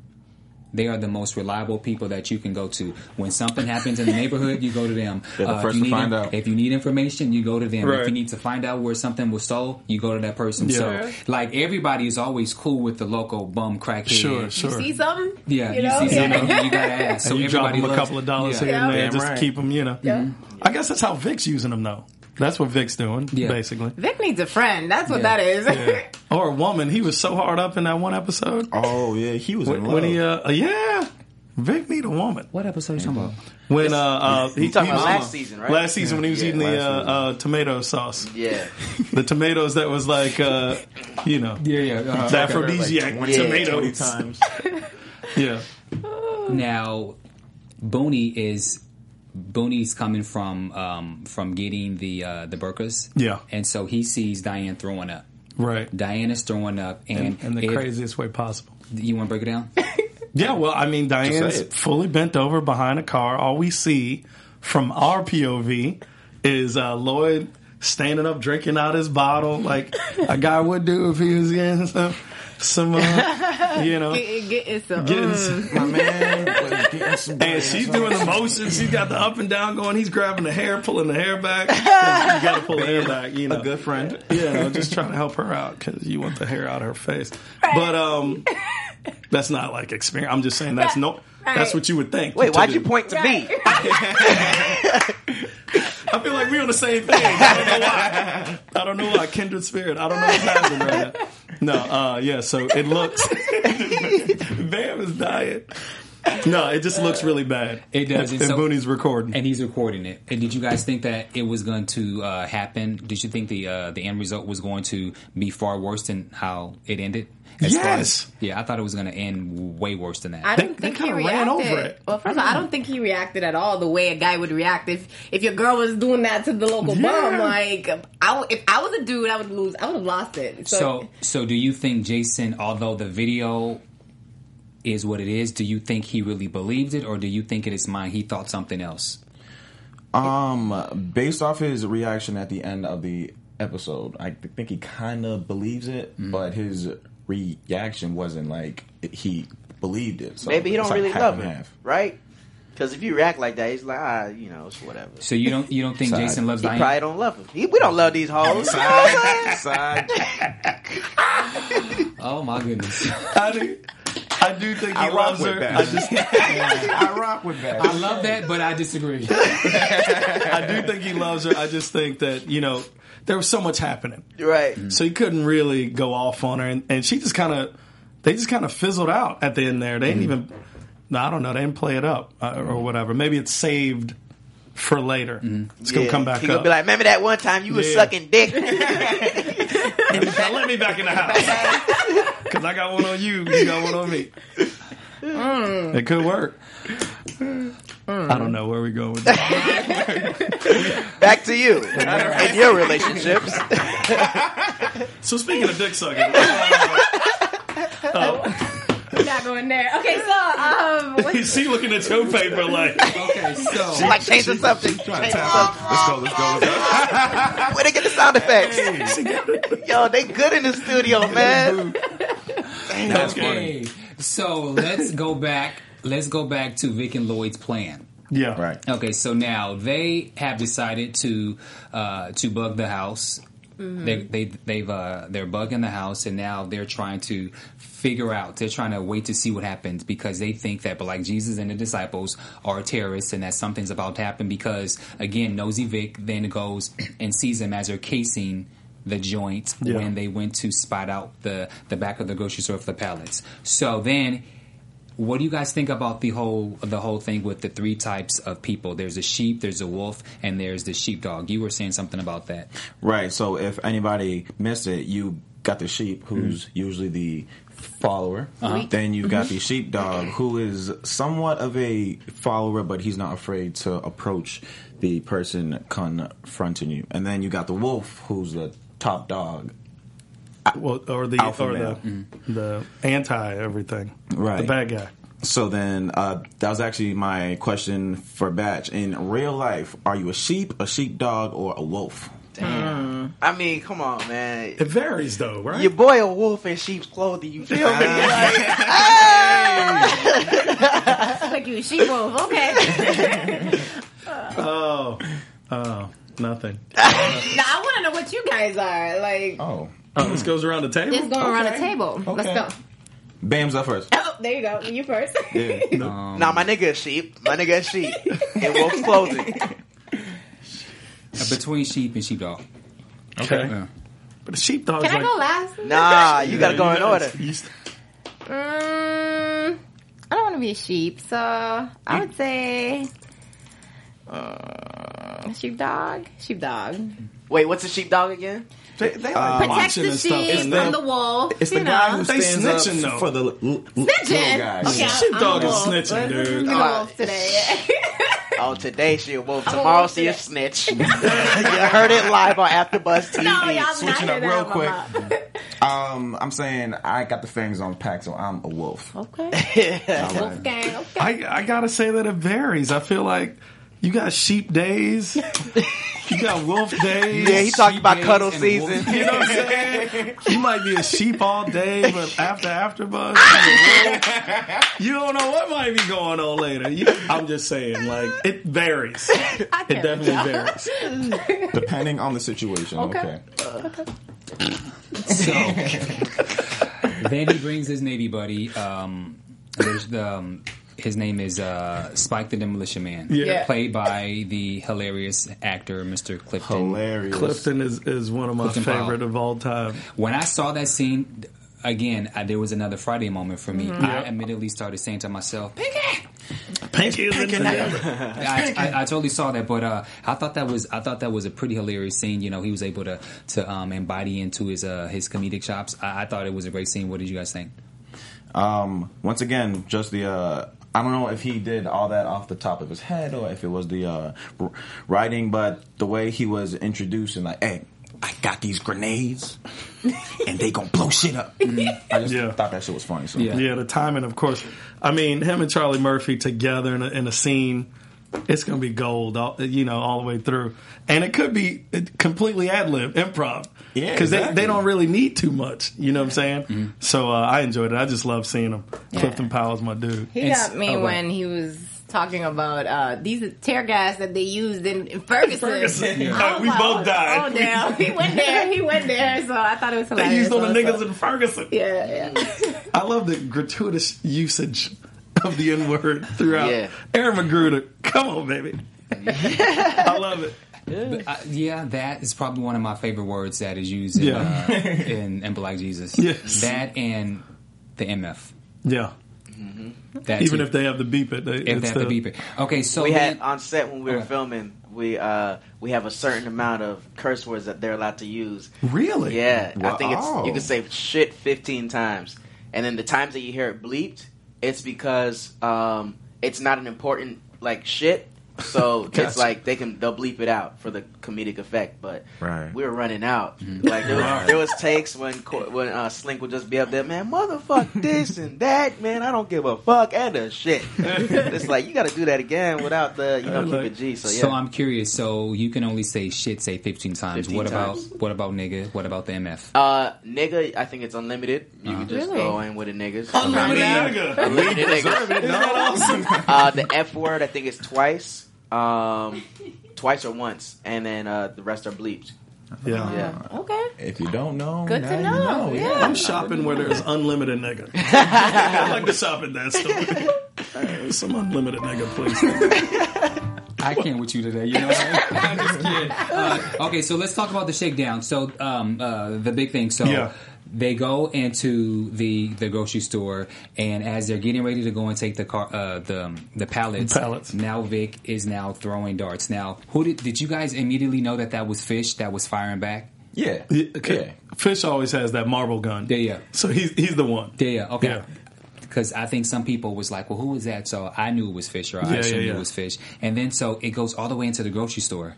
Speaker 3: they are the most reliable people that you can go to. When something happens in the neighborhood, you go to them. Uh,
Speaker 4: They're the
Speaker 3: if
Speaker 4: first
Speaker 3: you
Speaker 4: to
Speaker 3: need
Speaker 4: find
Speaker 3: in-
Speaker 4: out.
Speaker 3: If you need information, you go to them.
Speaker 6: Right.
Speaker 3: If you need to find out where something was sold, you go to that person.
Speaker 6: Yeah.
Speaker 3: So, like everybody is always cool with the local bum crackhead.
Speaker 6: Sure, sure.
Speaker 5: See something?
Speaker 3: Yeah, you,
Speaker 5: you know.
Speaker 3: see
Speaker 5: Yeah.
Speaker 3: something, you gotta ask. So
Speaker 6: and you drop
Speaker 3: everybody
Speaker 6: them a
Speaker 3: loves-
Speaker 6: couple of dollars
Speaker 3: yeah.
Speaker 6: here and there
Speaker 4: Damn
Speaker 6: just
Speaker 4: right.
Speaker 6: to keep them, you know. I guess that's how Vic's using them though. That's what Vic's doing,
Speaker 3: Yeah.
Speaker 6: basically.
Speaker 5: Vic needs a friend. That's what
Speaker 3: Yeah.
Speaker 5: that is.
Speaker 6: Or a woman. He was so hard up in that one episode
Speaker 4: oh yeah, he was
Speaker 6: when,
Speaker 4: in love.
Speaker 6: when he, uh, yeah, Vic need a woman.
Speaker 3: What episode are you talking about?
Speaker 6: When uh, uh he,
Speaker 2: talking
Speaker 6: he
Speaker 2: about
Speaker 6: was on-
Speaker 2: last season, right?
Speaker 6: Last season when he was
Speaker 4: Yeah,
Speaker 6: eating
Speaker 4: last
Speaker 6: the uh,
Speaker 4: season.
Speaker 6: uh, tomato sauce,
Speaker 2: Yeah.
Speaker 6: the tomatoes that was like, uh, you know,
Speaker 3: Yeah, yeah. uh,
Speaker 6: the
Speaker 3: okay.
Speaker 6: aphrodisiac
Speaker 4: Like,
Speaker 2: Yeah.
Speaker 4: Twenty
Speaker 6: tomatoes.
Speaker 4: times.
Speaker 6: Yeah,
Speaker 3: Now, Booney is Booney's coming from um, from getting the uh, the burkas.
Speaker 6: Yeah.
Speaker 3: and so he sees Diane throwing up.
Speaker 6: right.
Speaker 3: Diana's throwing up, and,
Speaker 6: In the
Speaker 3: it-
Speaker 6: craziest way possible.
Speaker 3: You want to break it down?
Speaker 6: Yeah, well, I mean, Diane's
Speaker 4: it.
Speaker 6: fully bent over behind a car. All we see from our POV is uh, Lloyd standing up, drinking out his bottle, like a guy would do if he was getting some, some uh, you know.
Speaker 5: Get, get, it's a,
Speaker 6: Getting
Speaker 5: mm.
Speaker 6: some,
Speaker 4: My man was getting some.
Speaker 6: and she's doing the motions. She's got the up and down going. He's grabbing the hair, pulling the hair back. You got to pull the hair back, you know.
Speaker 4: a good friend.
Speaker 6: Yeah, no, just trying to help her out because you want the hair out of her face. But um, that's not like experience. I'm just saying that's no. That's
Speaker 5: Right.
Speaker 6: what you would think.
Speaker 2: Wait,
Speaker 6: to
Speaker 2: why'd you
Speaker 6: do.
Speaker 2: point to me?
Speaker 6: I feel like we on the same thing. I don't know why. I don't know why. Kindred spirit. I don't know what's happening right now. No, uh, yeah. So it looks. Bam is dying. No, it just looks really bad.
Speaker 3: It does.
Speaker 6: And,
Speaker 3: And so-
Speaker 6: Booney's recording.
Speaker 3: and he's recording it. And did you guys think that it was going to uh, happen? Did you think the uh, the end result was going to be far worse than how it ended? far
Speaker 6: Yes.
Speaker 3: yeah, I thought it was going to end way worse than that.
Speaker 5: I don't think
Speaker 6: They- they
Speaker 5: he
Speaker 6: kinda
Speaker 5: reacted.
Speaker 6: ran over it.
Speaker 5: Well, first of all, I don't think he reacted at all the way a guy would react if if your girl was doing that to the local bum.
Speaker 6: Yeah.
Speaker 5: Like, I w if I was a dude, I would lose. I would have lost it. So,
Speaker 3: so, so do you think Jason, although the video is what it is, do you think he really believed it, or do you think in his mind he thought something else?
Speaker 4: Um, based off his reaction at the end of the episode, I think he kind of believes it, but his reaction wasn't like he believed it. So
Speaker 2: Maybe he
Speaker 4: it's
Speaker 2: don't
Speaker 4: like
Speaker 2: really
Speaker 4: half
Speaker 2: love
Speaker 4: and
Speaker 2: her,
Speaker 4: half.
Speaker 2: right? Because if you react like that, he's like, ah, you know, it's whatever.
Speaker 3: So you don't you don't think
Speaker 4: Side.
Speaker 3: Jason loves
Speaker 2: He
Speaker 3: Diane?
Speaker 2: probably don't love him. He, we don't love these hoes. You know what I'm saying?
Speaker 4: Side, side.
Speaker 3: oh my goodness!
Speaker 6: I do, I do think he
Speaker 4: I rock
Speaker 6: loves
Speaker 4: with
Speaker 6: her.
Speaker 4: that.
Speaker 6: I just,
Speaker 4: I rock with that.
Speaker 3: I love that, but I disagree.
Speaker 6: I do think he loves her. I just think that you know there was so much happening,
Speaker 2: Right.
Speaker 6: so he couldn't really go off on her, and, and she just kind of, they just kind of fizzled out at the end there. They didn't even, no, I don't know, they didn't play it up uh, or whatever. Maybe it's saved for later. It's gonna
Speaker 2: Yeah.
Speaker 6: come back
Speaker 2: He
Speaker 6: up.
Speaker 2: gonna be like, remember that one time you was
Speaker 6: Yeah.
Speaker 2: sucking dick?
Speaker 6: now let me back in the house because I got one on you, you got one on me. It could work. I don't know where we going with that.
Speaker 2: Back to you in your relationships.
Speaker 6: So speaking of dick sucking, uh,
Speaker 5: we're not going there. Okay, so um, what's,
Speaker 6: she looking at your paper like
Speaker 3: okay, so
Speaker 2: like change the subject. Change the subject.
Speaker 4: Let's go, let's go, let's go.
Speaker 2: Where they get the sound effects? Yo, they good in the studio, man.
Speaker 4: That's
Speaker 3: Okay, so let's go back. Let's go back to Vic and Lloyd's plan.
Speaker 6: yeah,
Speaker 4: Right.
Speaker 3: Okay, so now they have decided to uh, to bug the house. They, they they've uh, they're bugging the house, and now they're trying to figure out. They're trying to wait to see what happens because they think that Black Jesus and the disciples are terrorists, and that something's about to happen. Because again, Nosy Vic then goes and sees them as they're casing the joint
Speaker 6: Yeah.
Speaker 3: when they went to spot out the the back of the grocery store for the pallets. So then what do you guys think about the whole the whole thing with the three types of people? There's a sheep, there's a wolf, and there's the sheepdog. You were saying something about that.
Speaker 4: Right. So if anybody missed it, you got the sheep, who's usually the follower. Then you've got the sheepdog, who is somewhat of a follower, but he's not afraid to approach the person confronting you. And then you got the wolf, who's the top dog.
Speaker 6: well, or the
Speaker 4: Alpha
Speaker 6: or
Speaker 4: male.
Speaker 6: the the anti everything,
Speaker 4: Right.
Speaker 6: The bad guy.
Speaker 4: So then, uh, that was actually my question for Batch. In real life, are you a sheep, a sheepdog, or a wolf?
Speaker 2: Damn. I mean, come on, man.
Speaker 6: It varies though, right?
Speaker 2: Your boy a wolf in sheep's clothing. You feel me? Like,
Speaker 5: like you, she wolf. Okay,
Speaker 6: Oh, oh, nothing.
Speaker 5: now I want to know what you guys are like.
Speaker 4: Oh.
Speaker 6: Oh, this goes around the table.
Speaker 5: Just going around the table. Let's
Speaker 4: Okay.
Speaker 5: go.
Speaker 4: Bam's up first.
Speaker 5: Oh, there you go. You first.
Speaker 4: Yeah.
Speaker 2: nah, my nigga a sheep. My nigga a sheep in wolf's clothing.
Speaker 3: Uh, Between sheep and sheepdog.
Speaker 6: Okay, but the sheepdog.
Speaker 5: Can I
Speaker 6: like,
Speaker 5: go last?
Speaker 2: Nah, you gotta go in order.
Speaker 6: You,
Speaker 5: Mm, I don't want to be a sheep, so I would say uh, sheepdog. Sheepdog.
Speaker 2: Wait, what's a sheepdog again?
Speaker 6: they, they like
Speaker 2: Um,
Speaker 5: Protect
Speaker 6: boxing
Speaker 5: the
Speaker 6: and stuff,
Speaker 5: sheep
Speaker 6: and
Speaker 5: from
Speaker 6: then-
Speaker 5: the wolf.
Speaker 4: It's
Speaker 5: you
Speaker 4: the
Speaker 5: know.
Speaker 4: guy who
Speaker 6: They
Speaker 4: stands up
Speaker 6: snitching, though.
Speaker 4: for the l- l- little
Speaker 5: Snitching.
Speaker 4: guy.
Speaker 5: Okay,
Speaker 4: Yeah.
Speaker 5: I'm
Speaker 6: Sheepdog
Speaker 5: a
Speaker 6: is
Speaker 5: wolf.
Speaker 6: snitching,
Speaker 5: Let's
Speaker 6: dude.
Speaker 5: be the
Speaker 2: All right.
Speaker 5: wolf today.
Speaker 2: Oh, today she a wolf.
Speaker 5: a
Speaker 2: Tomorrow
Speaker 5: wolf
Speaker 2: she a
Speaker 5: today.
Speaker 2: snitch. you heard it live on AfterBuzz TV.
Speaker 5: no, y'all not
Speaker 4: Switching
Speaker 5: hear
Speaker 4: up
Speaker 5: that
Speaker 4: real
Speaker 5: out my mouth.
Speaker 4: quick. um, I'm saying I got the fangs on pack, so I'm a wolf.
Speaker 5: Okay,
Speaker 4: All right.
Speaker 5: Wolfgang. Okay.
Speaker 6: I, I gotta say that it varies. I feel like you got sheep days, you got wolf days.
Speaker 2: Yeah, he talking about cuddle
Speaker 3: and wolf.
Speaker 2: season.
Speaker 6: You know what I'm saying? You might be a sheep all day, but after after buzz, you know, you don't know what might be going on later. You, I'm just saying, like it varies. It
Speaker 5: I can't
Speaker 6: definitely varies.
Speaker 4: Depending on the situation. Okay.
Speaker 3: So then he brings his navy buddy. Um, there's the, um, his name is uh, Spike the Demolition Man,
Speaker 6: Yeah.
Speaker 3: played by the hilarious actor Mr. Clifton.
Speaker 4: Hilarious.
Speaker 6: Clifton is, is one of my
Speaker 3: Clifton Powell.
Speaker 6: favorite of all time.
Speaker 3: When I saw that scene, again, I, there was another Friday moment for me. I immediately started saying to myself, "Pinky,
Speaker 6: Pinky is in the
Speaker 3: I, I, I totally saw that, but uh, I thought that was I thought that was a pretty hilarious scene. You know, he was able to to um, embody into his uh, his comedic chops. I, I thought it was a great scene. What did you guys think?
Speaker 4: Um, once again, just the uh, I don't know if he did all that off the top of his head or if it was the uh, r- writing, but the way he was introduced and like, hey, I got these grenades and they gonna blow shit up. I just
Speaker 6: Yeah.
Speaker 4: thought that shit was funny. So
Speaker 3: Yeah.
Speaker 6: Yeah, the timing, of course. I mean, him and Charlie Murphy together in a, in a scene, it's going to be gold, all, you know, all the way through. And it could be uh, completely ad lib, improv.
Speaker 4: Yeah,
Speaker 6: Because they,
Speaker 4: exactly.
Speaker 6: they don't really need too much. You know what I'm saying? So uh, I enjoyed it. I just love seeing him. Clifton Powell's my dude.
Speaker 5: He
Speaker 3: It's-
Speaker 5: got me
Speaker 3: oh, go
Speaker 5: when he was talking about uh, these are tear gas that they used in, in Ferguson.
Speaker 6: Ferguson.
Speaker 5: I was
Speaker 6: Yeah. We
Speaker 5: like,
Speaker 6: both
Speaker 5: oh,
Speaker 6: died.
Speaker 5: Oh, damn. He went there. He went there. So I thought it was hilarious.
Speaker 6: They used on the
Speaker 5: also.
Speaker 6: niggas in Ferguson.
Speaker 5: Yeah, yeah.
Speaker 6: I love the gratuitous usage of the N word throughout.
Speaker 2: Yeah.
Speaker 6: Aaron Magruder, come on, baby. I love it.
Speaker 3: Uh, yeah, that is probably one of my favorite words that is used in,
Speaker 6: Yeah.
Speaker 3: uh, in, in Black Jesus.
Speaker 6: Yes.
Speaker 3: That and the MF.
Speaker 6: Yeah.
Speaker 3: That
Speaker 6: Even
Speaker 3: too.
Speaker 6: if they have to beep it, they,
Speaker 3: if
Speaker 6: it's
Speaker 3: they have to
Speaker 6: the-
Speaker 3: beep it. Okay, so
Speaker 2: we had uh,
Speaker 3: then-
Speaker 2: on set when we were
Speaker 3: Okay.
Speaker 2: filming. We uh we have a certain amount of curse words that they're allowed to use.
Speaker 6: Really?
Speaker 2: Yeah, I think it's you
Speaker 4: Wow.
Speaker 2: can say shit fifteen times, and then the times that you hear it bleeped, it's because um it's not an important like shit. So it's
Speaker 6: Gotcha.
Speaker 2: like they can they'll bleep it out for the comedic effect, but
Speaker 4: Right.
Speaker 2: we were running out. Like there was, there was takes when co- when uh, Slink would just be up there, man, motherfuck this and that, man, I don't give a fuck and a shit. it's like you got to do that again without the you know
Speaker 6: Like-
Speaker 2: keep it G. So yeah,
Speaker 3: so I'm curious. So you can only say shit, say fifteen times.
Speaker 2: 15
Speaker 3: what
Speaker 2: times.
Speaker 3: about what about nigga? What about the MF?
Speaker 2: Uh, nigga, I think it's unlimited. You can just
Speaker 5: Really?
Speaker 2: go in with the niggas.
Speaker 6: Unlimited nigga.
Speaker 2: Unlimited niggas. Uh, the F word, I think it's twice, um, twice or once, and then uh, the rest are bleeped.
Speaker 6: Yeah.
Speaker 2: Yeah,
Speaker 5: Okay.
Speaker 4: if you don't know,
Speaker 5: Good
Speaker 4: now
Speaker 5: to
Speaker 4: you
Speaker 5: know. yeah.
Speaker 6: I'm shopping where there's unlimited nigga. I like to shop in that store. Hey, Some unlimited nigga, please.
Speaker 3: I can't with you today. You know what I mean? I'm just kidding. Uh, okay, so let's talk about the shakedown. So um, uh, the big thing. So
Speaker 6: Yeah.
Speaker 3: they go into the the grocery store, and as they're getting ready to go and take the car, uh, the the pallets.
Speaker 6: Pallets.
Speaker 3: Now Vic is now throwing darts. Now, who did did you guys immediately know that that was Fish that was firing back?
Speaker 4: Yeah,
Speaker 6: Yeah,
Speaker 4: yeah.
Speaker 6: okay. Fish always has that marble gun.
Speaker 3: Yeah, yeah.
Speaker 6: So he's he's the one.
Speaker 3: Yeah, yeah, okay.
Speaker 6: Yeah.
Speaker 3: Because I think some people was like, "Well, who was that?" So I knew it was Fish, or I
Speaker 6: Yeah, yeah,
Speaker 3: assumed it
Speaker 6: yeah.
Speaker 3: was Fish. And then so it goes all the way into the grocery store,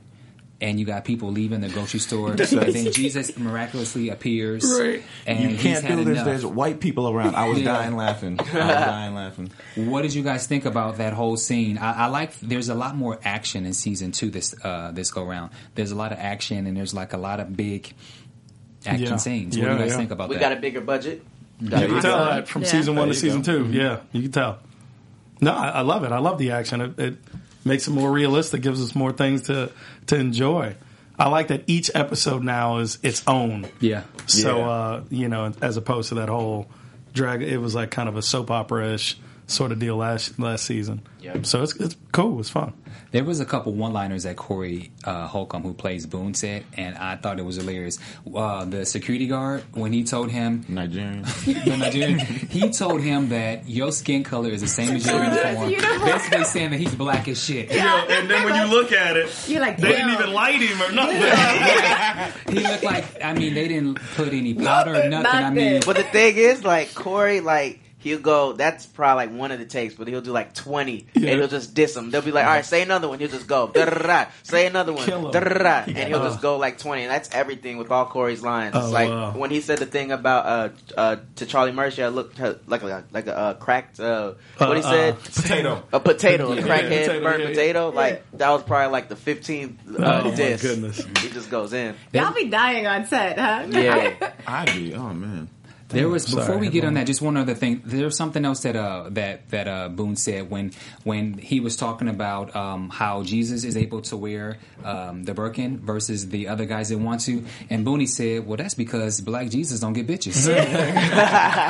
Speaker 3: and you got people leaving the grocery store, and then Jesus miraculously appears.
Speaker 6: Right.
Speaker 3: And
Speaker 4: You
Speaker 3: he's
Speaker 4: can't
Speaker 3: had
Speaker 4: do this.
Speaker 3: enough.
Speaker 4: There's white people around. I was
Speaker 3: Yeah.
Speaker 4: dying laughing. I was dying laughing.
Speaker 3: What did you guys think about that whole scene? I, I like. There's a lot more action in season two this uh, this go round. There's a lot of action, and there's like a lot of big action
Speaker 6: Yeah.
Speaker 3: scenes. What do
Speaker 6: Yeah,
Speaker 3: you guys
Speaker 6: yeah.
Speaker 3: think about
Speaker 2: we
Speaker 3: that?
Speaker 2: got a bigger budget. Got
Speaker 6: You
Speaker 2: a
Speaker 6: can
Speaker 2: bigger
Speaker 6: tell
Speaker 2: budget.
Speaker 6: that from
Speaker 5: Yeah.
Speaker 6: season one
Speaker 4: There
Speaker 6: to
Speaker 4: you
Speaker 6: season two. Yeah, you can tell. No, I, I love it. I love the action. It, it makes it more realistic. Gives us more things to to enjoy. I like that each episode now is its own.
Speaker 3: yeah.
Speaker 6: So
Speaker 4: Yeah.
Speaker 6: uh, you know, as opposed to that whole drag, it was like kind of a soap opera ish sort of deal last last season.
Speaker 2: Yep.
Speaker 6: So it's it's cool. It's fun.
Speaker 3: There was a couple one-liners that Corey uh, Holcomb, who plays Boone, said, and I thought it was hilarious. Uh, the security guard, when he told him,
Speaker 4: Nigerian.
Speaker 3: the Nigerian, he told him that your skin color is the same as your uniform,
Speaker 5: uniform.
Speaker 3: basically saying that he's black as shit.
Speaker 6: and then when you look at it,
Speaker 5: You're like, damn.
Speaker 6: light him or nothing.
Speaker 3: He looked like, I mean, they didn't put any powder or nothing. I mean,
Speaker 5: Nothing.
Speaker 2: But the thing is, like Corey, like he'll go. That's probably like one of the takes, but he'll do like twenty,
Speaker 6: Yeah.
Speaker 2: and he'll just diss them. They'll be like, "All right, say another one." He'll just go, "Da-da-da-da." say another one,
Speaker 6: Kill 'em.
Speaker 2: "Da-da-da-da," and he'll
Speaker 6: Ugh.
Speaker 2: just go like twenty. And that's everything with all Corey's lines. It's
Speaker 6: Oh,
Speaker 2: like
Speaker 6: wow.
Speaker 2: when he said the thing about uh, uh, to Charlie Murphy, I looked her- like a, like a uh, cracked. Uh, what he
Speaker 6: Uh,
Speaker 2: said.
Speaker 6: uh, potato.
Speaker 2: a potato, a
Speaker 6: Yeah,
Speaker 2: crackhead,
Speaker 6: potato,
Speaker 2: burnt
Speaker 6: yeah, yeah.
Speaker 2: potato. Like that was probably like the fifteenth uh,
Speaker 6: Oh, my
Speaker 2: diss.
Speaker 6: goodness.
Speaker 2: He just goes in.
Speaker 5: Y'all be dying on set, huh?
Speaker 2: Yeah,
Speaker 4: I do. Oh man.
Speaker 3: There was before
Speaker 6: Sorry,
Speaker 3: we get on
Speaker 6: everyone.
Speaker 3: that, just one other thing. There was something else that uh, that that uh, Boone said when when he was talking about um, how Jesus is able to wear um, the Birkin versus the other guys that want to, and Boone he said, "Well, that's because Black Jesus don't get bitches."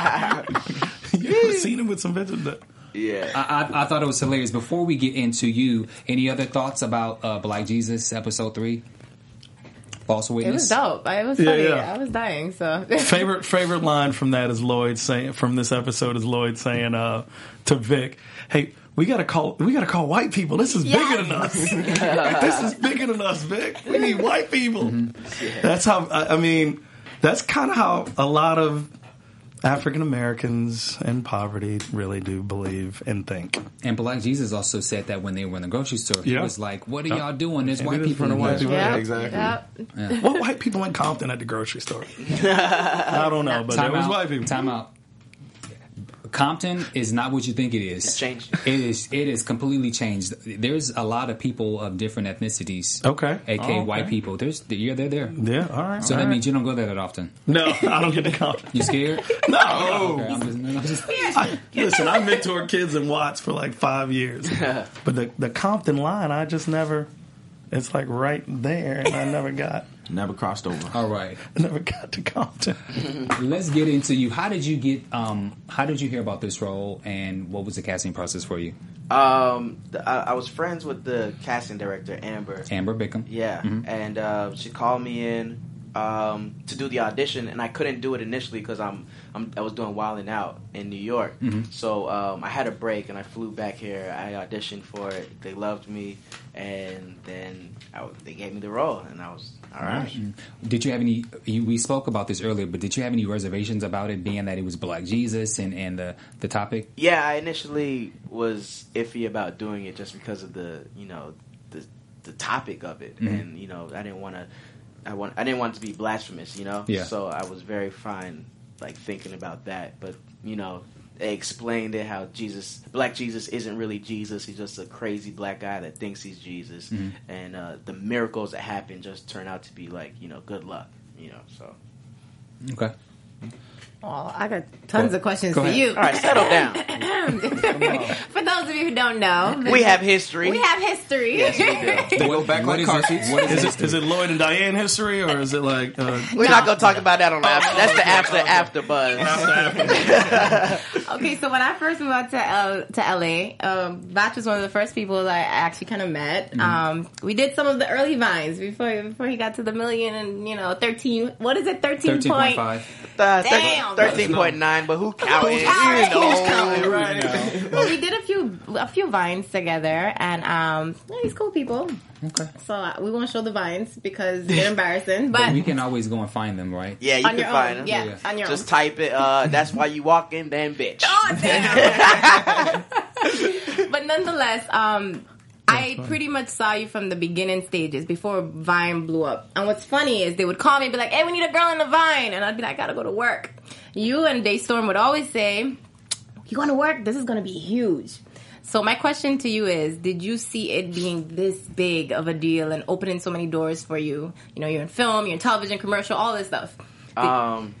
Speaker 6: you ever seen him with some bitches?
Speaker 2: yeah.
Speaker 3: I, I, I thought it was hilarious. Before we get into you, any other thoughts about uh, Black Jesus episode three? false
Speaker 5: It was
Speaker 3: witness.
Speaker 5: dope. I, it was
Speaker 6: Yeah,
Speaker 5: funny.
Speaker 6: yeah.
Speaker 5: I was dying. So
Speaker 6: favorite favorite line from that is Lloyd saying from this episode is Lloyd saying uh, to Vic, "Hey, we gotta call we gotta call white people. This is bigger than us. this is bigger than us, Vic. We need white people." That's how I, I mean. That's kind of how a lot of African Americans in poverty really do believe and think.
Speaker 3: And Black Jesus also said that when they were in the grocery store, he
Speaker 6: Yeah.
Speaker 3: was like, "What are
Speaker 6: Yeah.
Speaker 3: y'all doing? There's
Speaker 6: And
Speaker 3: white
Speaker 6: it is
Speaker 3: people
Speaker 6: for
Speaker 3: in
Speaker 6: the white
Speaker 3: here."
Speaker 6: people.
Speaker 5: yeah,
Speaker 4: exactly.
Speaker 5: yeah.
Speaker 6: What white people in Compton at the grocery store? I don't know, but
Speaker 3: Time
Speaker 6: there was
Speaker 3: out.
Speaker 6: white people.
Speaker 3: Time out. Compton is not what you think it is.
Speaker 2: It's changed.
Speaker 3: It is. It is completely changed. There's a lot of people of different ethnicities.
Speaker 6: Okay.
Speaker 3: aka
Speaker 6: Oh, okay.
Speaker 3: white people. There's. Yeah, they're there.
Speaker 6: Yeah, all right.
Speaker 3: So
Speaker 6: all
Speaker 3: that
Speaker 6: right.
Speaker 3: means you Oh. don't go there that often.
Speaker 6: no, I don't get to Compton.
Speaker 3: You scared?
Speaker 6: No.
Speaker 3: Okay, I'm just- I'm just-
Speaker 6: I, listen, I mentored kids in Watts for like five years, but the the Compton line, I just never. It's like right there, and I never got,
Speaker 4: Never crossed over.
Speaker 3: All right.
Speaker 6: I never got to Compton.
Speaker 3: Let's get into you. How did you get? Um, how did you hear about this role, and what was the casting process for you?
Speaker 2: Um, th- I, I was friends with the casting director Amber.
Speaker 3: Amber Bickham.
Speaker 2: Yeah, and uh, she called me in um, to do the audition, and I couldn't do it initially because I'm, I'm I was doing Wildin' Out in New York. So um, I had a break, and I flew back here. I auditioned for it. They loved me, and then I w they gave me the role, and I was all right.
Speaker 3: Did you have any? You, we spoke about this earlier, but did you have any reservations about it being that it was Black Jesus and and the the topic?
Speaker 2: Yeah, I initially was iffy about doing it just because of the you know the the topic of it, and you know I didn't want to I want I didn't want it to be blasphemous, you know.
Speaker 3: Yeah.
Speaker 2: So I was very fine like thinking about that, but you know they explained it how Jesus Black Jesus isn't really Jesus; he's just a crazy black guy that thinks he's Jesus, and uh, the miracles that happen just turn out to be like you know good luck, you know. So
Speaker 3: Okay.
Speaker 5: Well, I got tons
Speaker 3: Go-
Speaker 5: of questions
Speaker 3: go
Speaker 5: for
Speaker 3: ahead.
Speaker 5: you.
Speaker 2: all right, settle down.
Speaker 5: For those of you who don't know,
Speaker 2: We have history.
Speaker 5: we have history.
Speaker 4: They go back
Speaker 3: what
Speaker 4: like
Speaker 3: is
Speaker 4: car
Speaker 3: it-
Speaker 4: seats.
Speaker 3: what is
Speaker 6: Is
Speaker 3: it-
Speaker 6: it is it Lloyd and Diane history, or is it like uh,
Speaker 2: We're not gonna talk about that on the after. That's
Speaker 5: Oh,
Speaker 2: the after after buzz.
Speaker 5: okay, so when I first moved out to L- to LA, um, Batch was one of the first people that I actually kind of
Speaker 3: Mm-hmm.
Speaker 5: met. Um, we did some of the early vines before before he got to the million and you know thirteen. What is it? Thirteen
Speaker 3: Thirteen point
Speaker 5: point.
Speaker 3: five.
Speaker 5: Damn.
Speaker 2: Thirteen point nine, but who counted?
Speaker 5: Who counted?
Speaker 2: You know.
Speaker 5: Who's well, we did a few a few vines together, and um, yeah, he's cool people.
Speaker 3: Okay.
Speaker 5: So uh, we won't show the vines because they're embarrassing. But
Speaker 3: We can always go and find them, right?
Speaker 2: Yeah, you
Speaker 5: on
Speaker 2: can
Speaker 5: your
Speaker 2: find
Speaker 5: own,
Speaker 2: them.
Speaker 5: yeah,
Speaker 3: Yeah.
Speaker 5: on your
Speaker 2: Just
Speaker 5: own.
Speaker 2: type it. Uh, that's why you walk in, then bitch.
Speaker 5: Oh, damn. but nonetheless, um, I pretty much saw you from the beginning stages before Vine blew up. And what's funny is they would call me and be like, "Hey, we need a girl in the Vine," and I'd be like, "I gotta go to work." You and Daystorm would always say, "You going to work? This is gonna be huge." So my question to you is: Did you see it being this big of a deal and opening so many doors for you? You know, you're in film, you're in television, commercial, all this stuff.
Speaker 2: Um,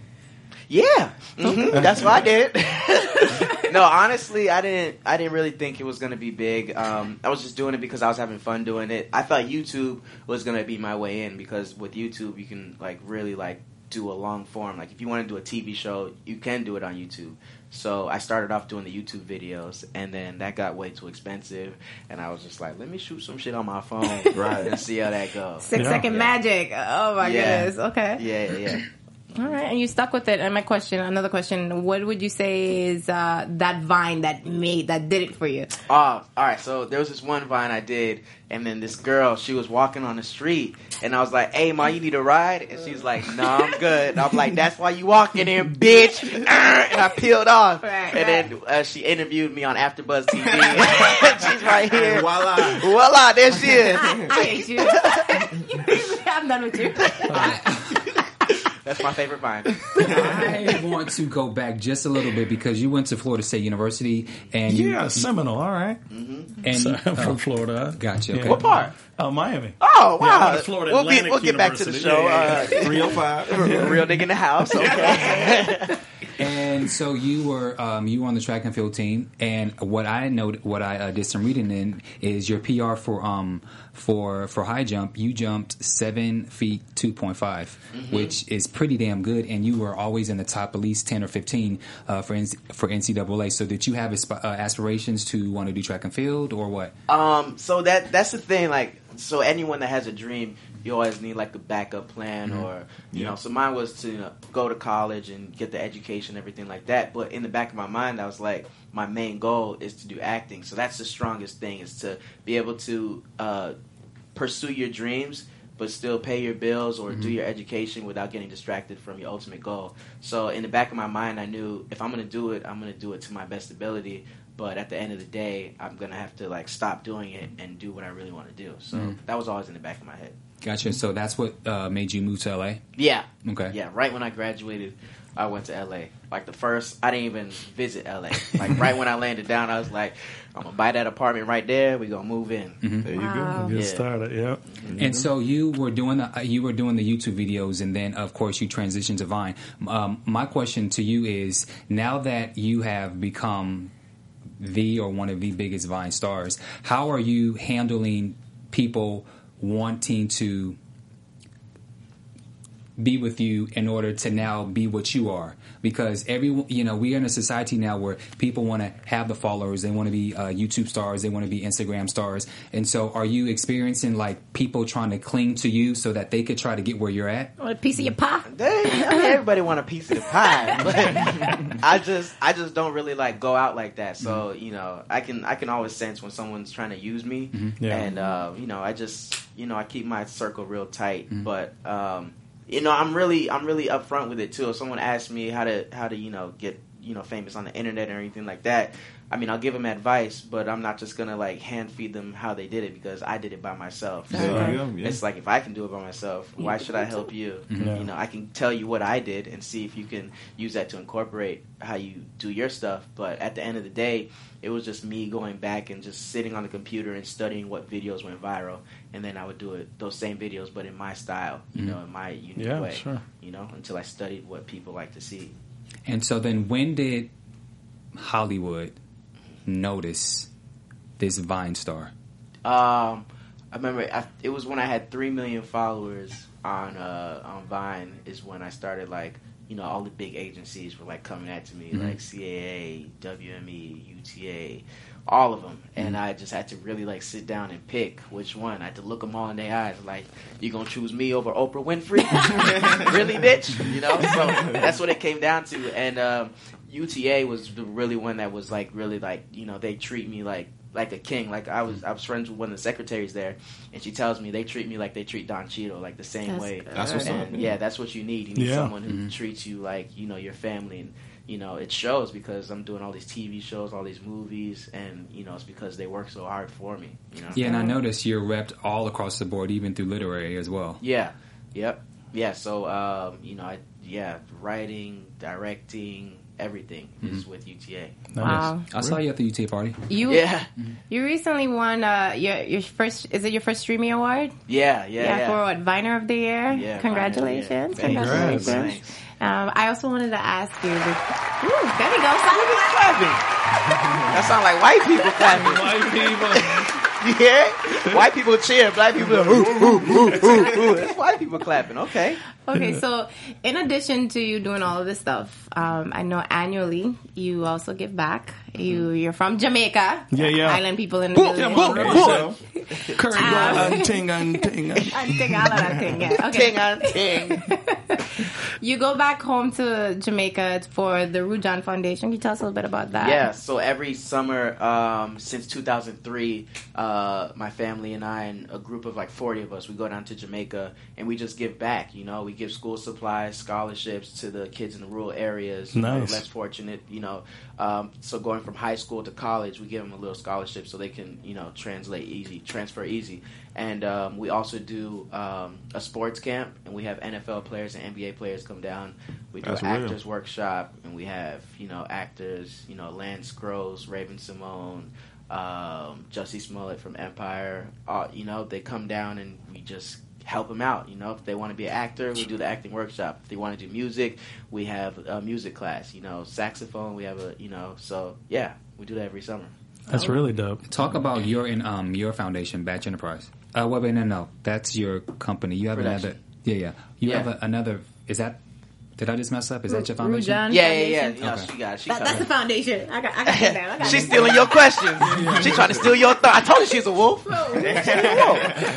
Speaker 2: yeah, hmm that's what I did. no, honestly, I didn't. I didn't really think it was gonna be big. Um, I was just doing it because I was having fun doing it. I thought YouTube was gonna be my way in because with YouTube you can like really like do a long form. Like if you want to do a TV show, you can do it on YouTube. So I started off doing the YouTube videos, and then that got way too expensive, and I was just like, let me shoot some shit on my phone
Speaker 4: Right.
Speaker 2: and see how that goes.
Speaker 5: Six second
Speaker 2: Yeah.
Speaker 5: magic. Oh my
Speaker 2: Yeah.
Speaker 5: goodness. Okay.
Speaker 2: Yeah, yeah.
Speaker 5: All right, and you stuck with it. And my question, another question, what would you say is uh, that vine that made that did it for you?
Speaker 2: Oh, all right. So there was this one vine I did, and then this girl, she was walking on the street, and I was like, "Hey, ma, you need a ride?" And she's like, "No, I'm good." And I'm like, "That's why you walking here, bitch!" And I peeled off,
Speaker 5: Right,
Speaker 2: and then uh, she interviewed me on AfterBuzz TV. and she's right here.
Speaker 4: Voila.
Speaker 2: Voila, there she is.
Speaker 5: I hate you. I'm done with you.
Speaker 2: That's my favorite vine.
Speaker 3: I want to go back just a little bit because you went to Florida State University and you
Speaker 6: yeah, Seminole? All right.
Speaker 3: and
Speaker 6: Sorry, I'm
Speaker 3: oh,
Speaker 6: from Florida.
Speaker 3: gotcha.
Speaker 6: Yeah.
Speaker 3: Okay.
Speaker 2: What part?
Speaker 6: Uh, Miami.
Speaker 2: Oh
Speaker 6: Yeah, I
Speaker 2: wow.
Speaker 6: went to Florida
Speaker 2: we'll be,
Speaker 6: Atlantic
Speaker 2: we'll get back to the
Speaker 6: University. oh
Speaker 2: show.
Speaker 6: Yeah,
Speaker 2: Uh,
Speaker 4: 305.
Speaker 2: real nigga in the house. Okay.
Speaker 3: And so you were um, you were on the track and field team, and what I know, what I uh, did some reading in is your PR for um for for high jump. You jumped seven feet two which is pretty damn good, and you were always in the top at least ten or fifteen uh, for N- for NCAA. So did you have asp- uh, aspirations to want to do track and field or what?
Speaker 2: Um, so that that's the thing. Like, so anyone that has a dream, you always need like a backup plan or you
Speaker 4: Yeah.
Speaker 2: know. So mine was to you know, go to college and get the education, everything like that. But in the back of my mind, I was like, my main goal is to do acting. So that's the strongest thing is to be able to uh, pursue your dreams. But still pay your bills or do your education without getting distracted from your ultimate goal. So in the back of my mind, I knew if I'm gonna do it, I'm gonna do it to my best ability. But at the end of the day, I'm gonna have to like stop doing it and do what I really want to do. So that was always in the back of my head.
Speaker 3: Gotcha. So that's what uh, made you move to LA.
Speaker 2: Yeah.
Speaker 3: Okay.
Speaker 2: Yeah. Right when I graduated, I went to LA. Like the first, I didn't even visit LA. Like right when I landed down, I was like, I'm gonna buy that apartment right there. We gonna move in.
Speaker 4: There you
Speaker 5: Wow.
Speaker 6: Get
Speaker 2: Yeah.
Speaker 6: started. Yeah.
Speaker 3: And so you were doing the uh, you were doing the YouTube videos, and then of course you transitioned to Vine. Um, my question to you is: Now that you have become the or one of the biggest Vine stars, how are you handling people wanting to be with you in order to now be what you are? Because every you know we are in a society now where people want to have the followers, they want to be uh, YouTube stars, they want to be Instagram stars, and so are you experiencing like people trying to cling to you so that they could try to get where you're at?
Speaker 5: Want a piece of your pie?
Speaker 2: They, I mean, everybody want a piece of the pie, but I just I just don't really like go out like that. So
Speaker 4: Mm-hmm.
Speaker 2: you know, I can I can always sense when someone's trying to use me,
Speaker 4: Mm-hmm.
Speaker 6: Yeah.
Speaker 2: and uh, you know, I just you know I keep my circle real tight.
Speaker 4: Mm-hmm.
Speaker 2: But um, you know, I'm really I'm really upfront with it too. If someone asks me how to how to you know get you know famous on the internet or anything like that. I mean, I'll give them advice, but I'm not just gonna like hand feed them how they did it because I did it by myself.
Speaker 4: There you go, yeah.
Speaker 2: It's like if I can do it by myself, why should I help you?
Speaker 6: Mm-hmm.
Speaker 2: You know, I can tell you what I did and see if you can use that to incorporate how you do your stuff. But at the end of the day, it was just me going back and just sitting on the computer and studying what videos went viral, and then I would do it those same videos, but in my style, you know, in my unique
Speaker 6: Mm-hmm. Yeah,
Speaker 2: way.
Speaker 6: sure.
Speaker 2: You know, until I studied what people like to see.
Speaker 3: And so then when did Hollywood notice this Vine star?
Speaker 2: Um, I remember I, it was when I had three million followers on uh, on Vine. Is when I started like you know all the big agencies were like coming at to me like CAA, WME, UTA, all of them, and I just had to really like sit down and pick which one. I had to look them all in their eyes like you gonna choose me over Oprah Winfrey? really, bitch? You know? So that's what it came down to, and. Um, UTA was the really one that was like really like you know they treat me like like a king. Like I
Speaker 4: Hmm.
Speaker 2: was I was friends with one of the secretaries there, and she tells me they treat me like they treat Don Cheeto like the same
Speaker 5: That's
Speaker 2: way.
Speaker 5: good.
Speaker 4: That's what's
Speaker 2: And,
Speaker 4: up. Mm-hmm.
Speaker 2: Yeah, that's what you need. You need
Speaker 6: Yeah.
Speaker 2: someone who treats you like you know your family, and you know it shows because I'm doing all these TV shows, all these movies, and you know it's because they work so hard for me. You know.
Speaker 3: Yeah, and I noticed you're repped all across the board, even through literary as well.
Speaker 2: Yeah. Yep. Yeah. So um, you know, I, yeah, writing, directing, everything is
Speaker 4: Mm-hmm.
Speaker 2: with UTA.
Speaker 5: Wow.
Speaker 3: I saw you at the UT party.
Speaker 5: You
Speaker 2: Yeah.
Speaker 5: you recently won uh, your your first is it your first Streamy Award?
Speaker 2: Yeah. Yeah. Yeah.
Speaker 5: for what Viner of the Year.
Speaker 2: Yeah, Viner of
Speaker 5: Congratulations.
Speaker 2: the Year. Thanks.
Speaker 5: Congratulations.
Speaker 2: Thanks.
Speaker 5: Um, I also wanted to ask you. Ooh, there we go.
Speaker 2: Who's clapping? That sound like white people clapping.
Speaker 6: White people.
Speaker 2: You hear it? White people cheer, black people are, ooh, ooh, ooh, ooh, ooh. That's white people clapping, okay.
Speaker 5: Okay, so in addition to you doing all of this stuff, um, I know annually you also give back. You
Speaker 2: Mm-hmm.
Speaker 5: you're from Jamaica.
Speaker 6: Yeah, yeah.
Speaker 5: Island people in the
Speaker 6: Boom,
Speaker 5: building.
Speaker 6: boom, boom. Curry and ting and ting.
Speaker 5: And ting, all of that thing, yeah. Okay.
Speaker 2: Ting on ting.
Speaker 5: You go back home to Jamaica for the Rujan Foundation. Can you tell us a little bit about that?
Speaker 2: Yeah, so every summer um, since 2003, uh, my family and I and a group of like 40 of us, we go down to Jamaica and we just give back. You know, we give school supplies, scholarships to the kids in the rural areas, you know,
Speaker 6: Nice.
Speaker 2: less fortunate. You know, um, so going from high school to college, we give them a little scholarship so they can you know translate easy, transfer easy. And um, we also do um, a sports camp, and we have NFL players and NBA players come down. We do
Speaker 4: That's real.
Speaker 2: actors workshop, and we have you know actors, you know Lance Gross, Raven Simone, um, Jussie Smollett from Empire. Uh, you know they come down and we just help them out. You know if they want to be an actor, we do the acting workshop. If they want to do music, we have a music class. You know saxophone, we have a you know so yeah we do that every summer.
Speaker 6: That's really dope.
Speaker 3: Talk about your in um your foundation, Batch Enterprise. Uh, well, wait, no, no, that's your company. You have
Speaker 2: Production.
Speaker 3: another. Yeah, yeah. You
Speaker 2: Yeah.
Speaker 3: have a, another. Is that Did I just mess up? Is that your foundation?
Speaker 5: Rujan.
Speaker 2: Yeah, yeah, yeah.
Speaker 5: Foundation.
Speaker 2: You know,
Speaker 3: Okay.
Speaker 2: she got it. She
Speaker 5: That, that's the
Speaker 2: covered
Speaker 5: foundation. I got, I got it down. I
Speaker 2: it.
Speaker 5: got
Speaker 2: She's
Speaker 5: it.
Speaker 2: stealing your questions. She's trying to steal your thought. I told her she's a wolf. She's a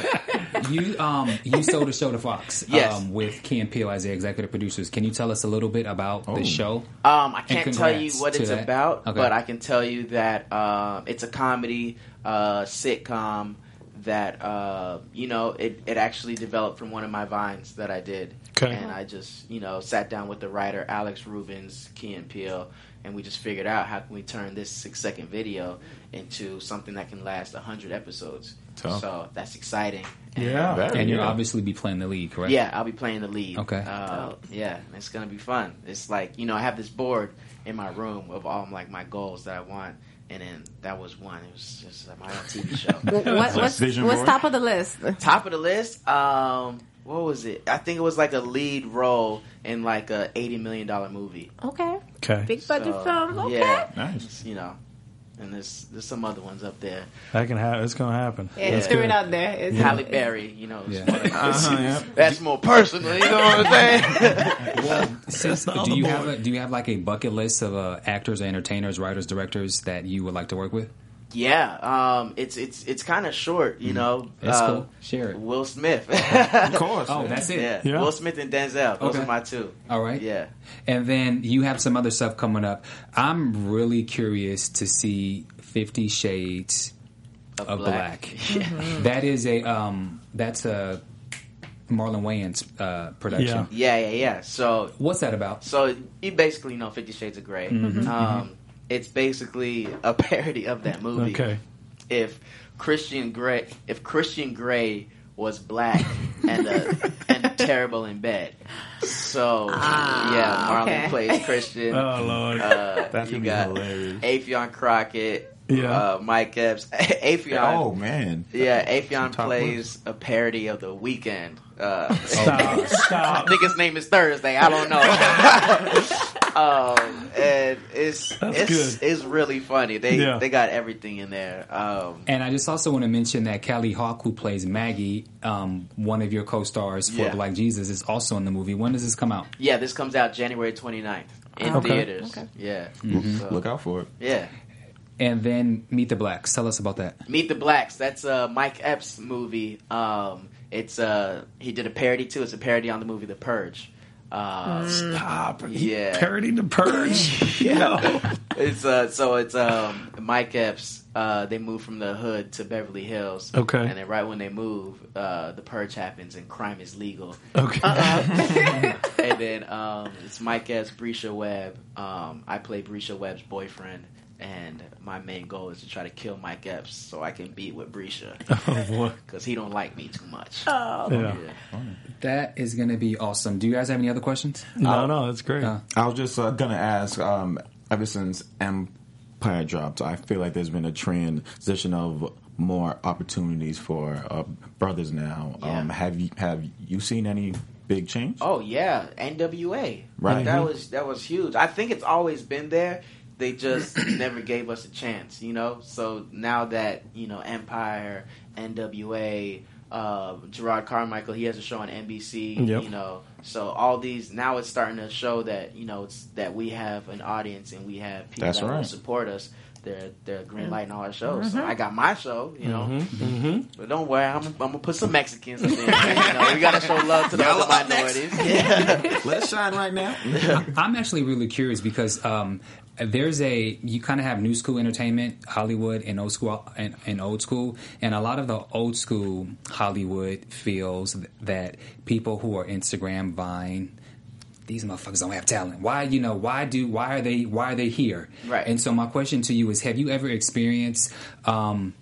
Speaker 2: wolf.
Speaker 3: You um you sold a show to Fox
Speaker 2: Yes.
Speaker 3: um, with Ken Peel as the executive producers. Can you tell us a little bit about the show?
Speaker 2: Um, I can't tell you
Speaker 3: congrats
Speaker 2: what
Speaker 3: to
Speaker 2: it's
Speaker 3: that.
Speaker 2: about,
Speaker 3: Okay.
Speaker 2: but I can tell you that uh, it's a comedy uh, sitcom that uh, you know it, it actually developed from one of my vines that I did,
Speaker 6: Okay.
Speaker 2: and I just you know sat down with the writer Alex Rubens, Key and Peele, and we just figured out how can we turn this six second video into something that can last hundred episodes.
Speaker 4: Tough.
Speaker 2: So that's exciting.
Speaker 6: Yeah.
Speaker 4: Very
Speaker 3: and you'll
Speaker 4: good.
Speaker 3: obviously be playing the league, right?
Speaker 2: Yeah, I'll be playing the lead.
Speaker 3: Okay.
Speaker 2: Uh, yeah, and it's gonna be fun. It's like you know, I have this board in my room of all like my goals that I want, and then that was one. It was just uh, my own TV show.
Speaker 5: What, what's
Speaker 4: Vision
Speaker 5: what's
Speaker 4: board?
Speaker 5: top of the list?
Speaker 2: Top of the list. Um, what was it? I think it was like a lead role in like a eighty million dollar movie.
Speaker 5: Okay.
Speaker 6: Okay.
Speaker 5: Big budget
Speaker 2: So,
Speaker 5: film. Okay.
Speaker 2: Yeah.
Speaker 4: Nice.
Speaker 2: You know, and there's there's some other ones up there.
Speaker 6: That can happen. It's going to happen.
Speaker 5: Yeah,
Speaker 6: That's
Speaker 5: just threw
Speaker 6: good.
Speaker 5: it out there. It's
Speaker 2: Halle Berry. You know, is
Speaker 3: Yeah. Uh,
Speaker 2: one of those.
Speaker 4: Uh-huh, yeah.
Speaker 2: that's more personal. You know what I'm saying?
Speaker 3: Since, do you have a, do you have like a bucket list of uh, actors, entertainers, writers, directors that you would like to work with?
Speaker 2: Yeah, um, it's it's it's kind of short, you know.
Speaker 3: Mm. That's
Speaker 2: Uh,
Speaker 3: cool. Share it.
Speaker 2: Will Smith.
Speaker 4: Of course.
Speaker 3: Oh, that's it.
Speaker 2: yeah.
Speaker 6: Yeah.
Speaker 2: Will Smith and Denzel. Those
Speaker 3: Okay.
Speaker 2: are my two.
Speaker 3: All right.
Speaker 2: Yeah.
Speaker 3: And then you have some other stuff coming up. I'm really curious to see Fifty Shades
Speaker 2: Of,
Speaker 3: of Black. That is a um that's a Marlon Wayans uh, production.
Speaker 6: Yeah.
Speaker 2: Yeah, yeah, yeah. So
Speaker 3: What's that about?
Speaker 2: so you basically know Fifty Shades of gray
Speaker 3: Mm-hmm.
Speaker 6: Mm-hmm.
Speaker 2: Um, it's basically a parody of that movie.
Speaker 6: Okay.
Speaker 2: If Christian Grey, if Christian Grey was black and uh, and terrible in bed, so yeah, Marlon
Speaker 5: okay.
Speaker 2: plays Christian.
Speaker 6: Ah, Oh, Lord.
Speaker 2: Uh,
Speaker 4: That's
Speaker 2: you
Speaker 4: gonna be
Speaker 2: got
Speaker 4: hilarious.
Speaker 2: Afion Crockett,
Speaker 6: Yeah.
Speaker 2: uh, Mike Epps. Afion,
Speaker 4: Oh man.
Speaker 2: yeah, Afion
Speaker 4: top
Speaker 2: plays a parody of The Weeknd. Uh,
Speaker 6: Stop. Stop.
Speaker 2: I think his name is Thursday. I don't know. um, and it's
Speaker 6: That's
Speaker 2: it's
Speaker 6: good.
Speaker 2: it's really funny. They
Speaker 6: Yeah.
Speaker 2: they got everything in there. Um,
Speaker 3: And I just also want to mention that Callie Hawk, who plays Maggie, um, one of your co-stars for
Speaker 2: Yeah.
Speaker 3: Black Jesus, is also in the movie. When does this come out?
Speaker 2: yeah, this comes out January 29th in
Speaker 6: Okay.
Speaker 2: theaters.
Speaker 5: Okay.
Speaker 2: Yeah, So,
Speaker 4: Mm-hmm.
Speaker 3: Mm-hmm.
Speaker 4: Look out for it.
Speaker 2: yeah.
Speaker 3: And then Meet the Blacks. Tell us about that.
Speaker 2: Meet the Blacks. That's a Mike Epps movie. Um, it's uh he did a parody too. It's a parody on the movie The Purge. Uh,
Speaker 6: Mm. Stop.
Speaker 2: Yeah.
Speaker 6: Parody the purge. yeah.
Speaker 2: It's uh, so it's um, Mike Epps. Uh, they move from the hood to Beverly Hills.
Speaker 6: Okay.
Speaker 2: and then right when they move, uh, the purge happens and crime is legal.
Speaker 6: Okay.
Speaker 2: Uh-uh. and then um, it's Mike Epps, Brescia Webb. Um, I play Brescia Webb's boyfriend, and my main goal is to try to kill Mike Epps so I can be with Brescia
Speaker 6: Oh, boy.
Speaker 2: because he don't like me too much.
Speaker 6: Yeah.
Speaker 2: Yeah.
Speaker 3: That is going to be awesome. Do you guys have any other questions?
Speaker 6: No, no, that's great.
Speaker 3: Uh,
Speaker 4: I was just uh, gonna ask. Um, ever since Empire dropped, I feel like there's been a transition of more opportunities for uh, brothers now.
Speaker 2: Yeah.
Speaker 4: Um, have you have you seen any big change?
Speaker 2: Oh yeah, NWA.
Speaker 4: Right.
Speaker 2: Like, that was that was huge. I think it's always been there. They just never gave us a chance, you know. So now that you know Empire, NWA, uh, Gerard Carmichael, he has a show on NBC.
Speaker 6: Yep.
Speaker 2: You know, so all these now it's starting to show that you know it's that we have an audience and we have people
Speaker 4: That's
Speaker 2: that will
Speaker 4: right.
Speaker 2: support us. They're they're green lighting all our shows. So I got my show, you know.
Speaker 4: Mm-hmm.
Speaker 2: But don't worry, I'm, I'm gonna put some Mexicans in there. you know, we gotta show love to the other minorities. Yeah.
Speaker 4: Let us shine right now.
Speaker 3: I'm actually really curious because um, there's a you kind of have new school entertainment, Hollywood, and old school and, and old school, and a lot of the old school Hollywood feels that people who are Instagram Vine. These motherfuckers don't have talent. Why, you know, why do, why are they, why are they here?
Speaker 2: Right.
Speaker 3: And so my question to you is, have you ever experienced um,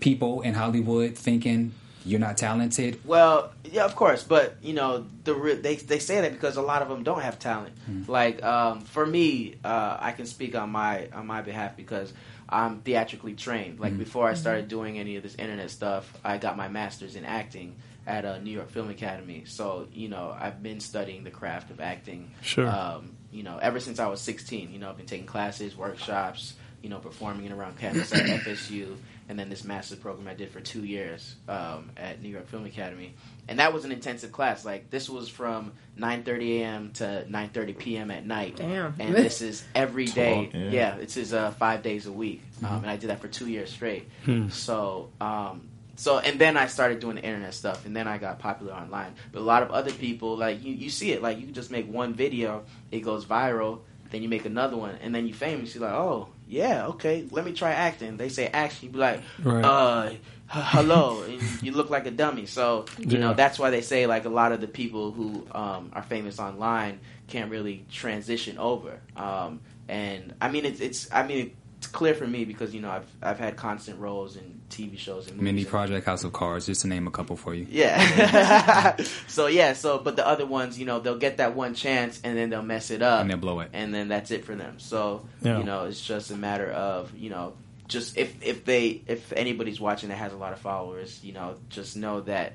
Speaker 3: people in Hollywood thinking you're not talented?
Speaker 2: Well, yeah, of course, but you know, the re- they they say that because a lot of them don't have talent. Like um, for me, uh, I can speak on my on my behalf because I'm theatrically trained. Like before I started doing any of this internet stuff, I got my master's in acting at uh, New York Film Academy. So you know, I've been studying the craft of acting. uh,
Speaker 6: Sure.
Speaker 2: Um, you know, ever since I was 16, you know, I've been taking classes, workshops, you know, performing in around campus at FSU, and then this master's program I did for two years um, at New York Film Academy, and that was an intensive class. Like this was from 9:30 a.m. to 9:30 p.m. at night.
Speaker 5: Damn.
Speaker 2: And this is every day.
Speaker 4: yeah.
Speaker 2: yeah. it's his uh, five days a week, um, and I did that for two years straight.
Speaker 6: Hmm.
Speaker 2: So. Um, so and then I started doing the internet stuff, and then I got popular online. But a lot of other people, like you, you see it. Like you can just make one video, it goes viral. Then you make another one, and then you famous. You're like, oh yeah, okay, let me try acting. They say action, you be like,
Speaker 6: Right.
Speaker 2: uh, h- hello, and you look like a dummy. So you
Speaker 6: Yeah.
Speaker 2: know that's why they say like a lot of the people who um, are famous online can't really transition over. Um, and I mean, it's it's I mean. It's clear for me because you know I've I've had constant roles in TV shows and movies
Speaker 3: Mini
Speaker 2: and-
Speaker 3: Project House of Cards, just to name a couple for you.
Speaker 2: yeah. so yeah, so but the other ones, you know, they'll get that one chance and then they'll mess it up
Speaker 3: And they'll blow it.
Speaker 2: and then that's it for them. So
Speaker 6: Yeah.
Speaker 2: you know, it's just a matter of you know, just if if they if anybody's watching that has a lot of followers, you know, just know that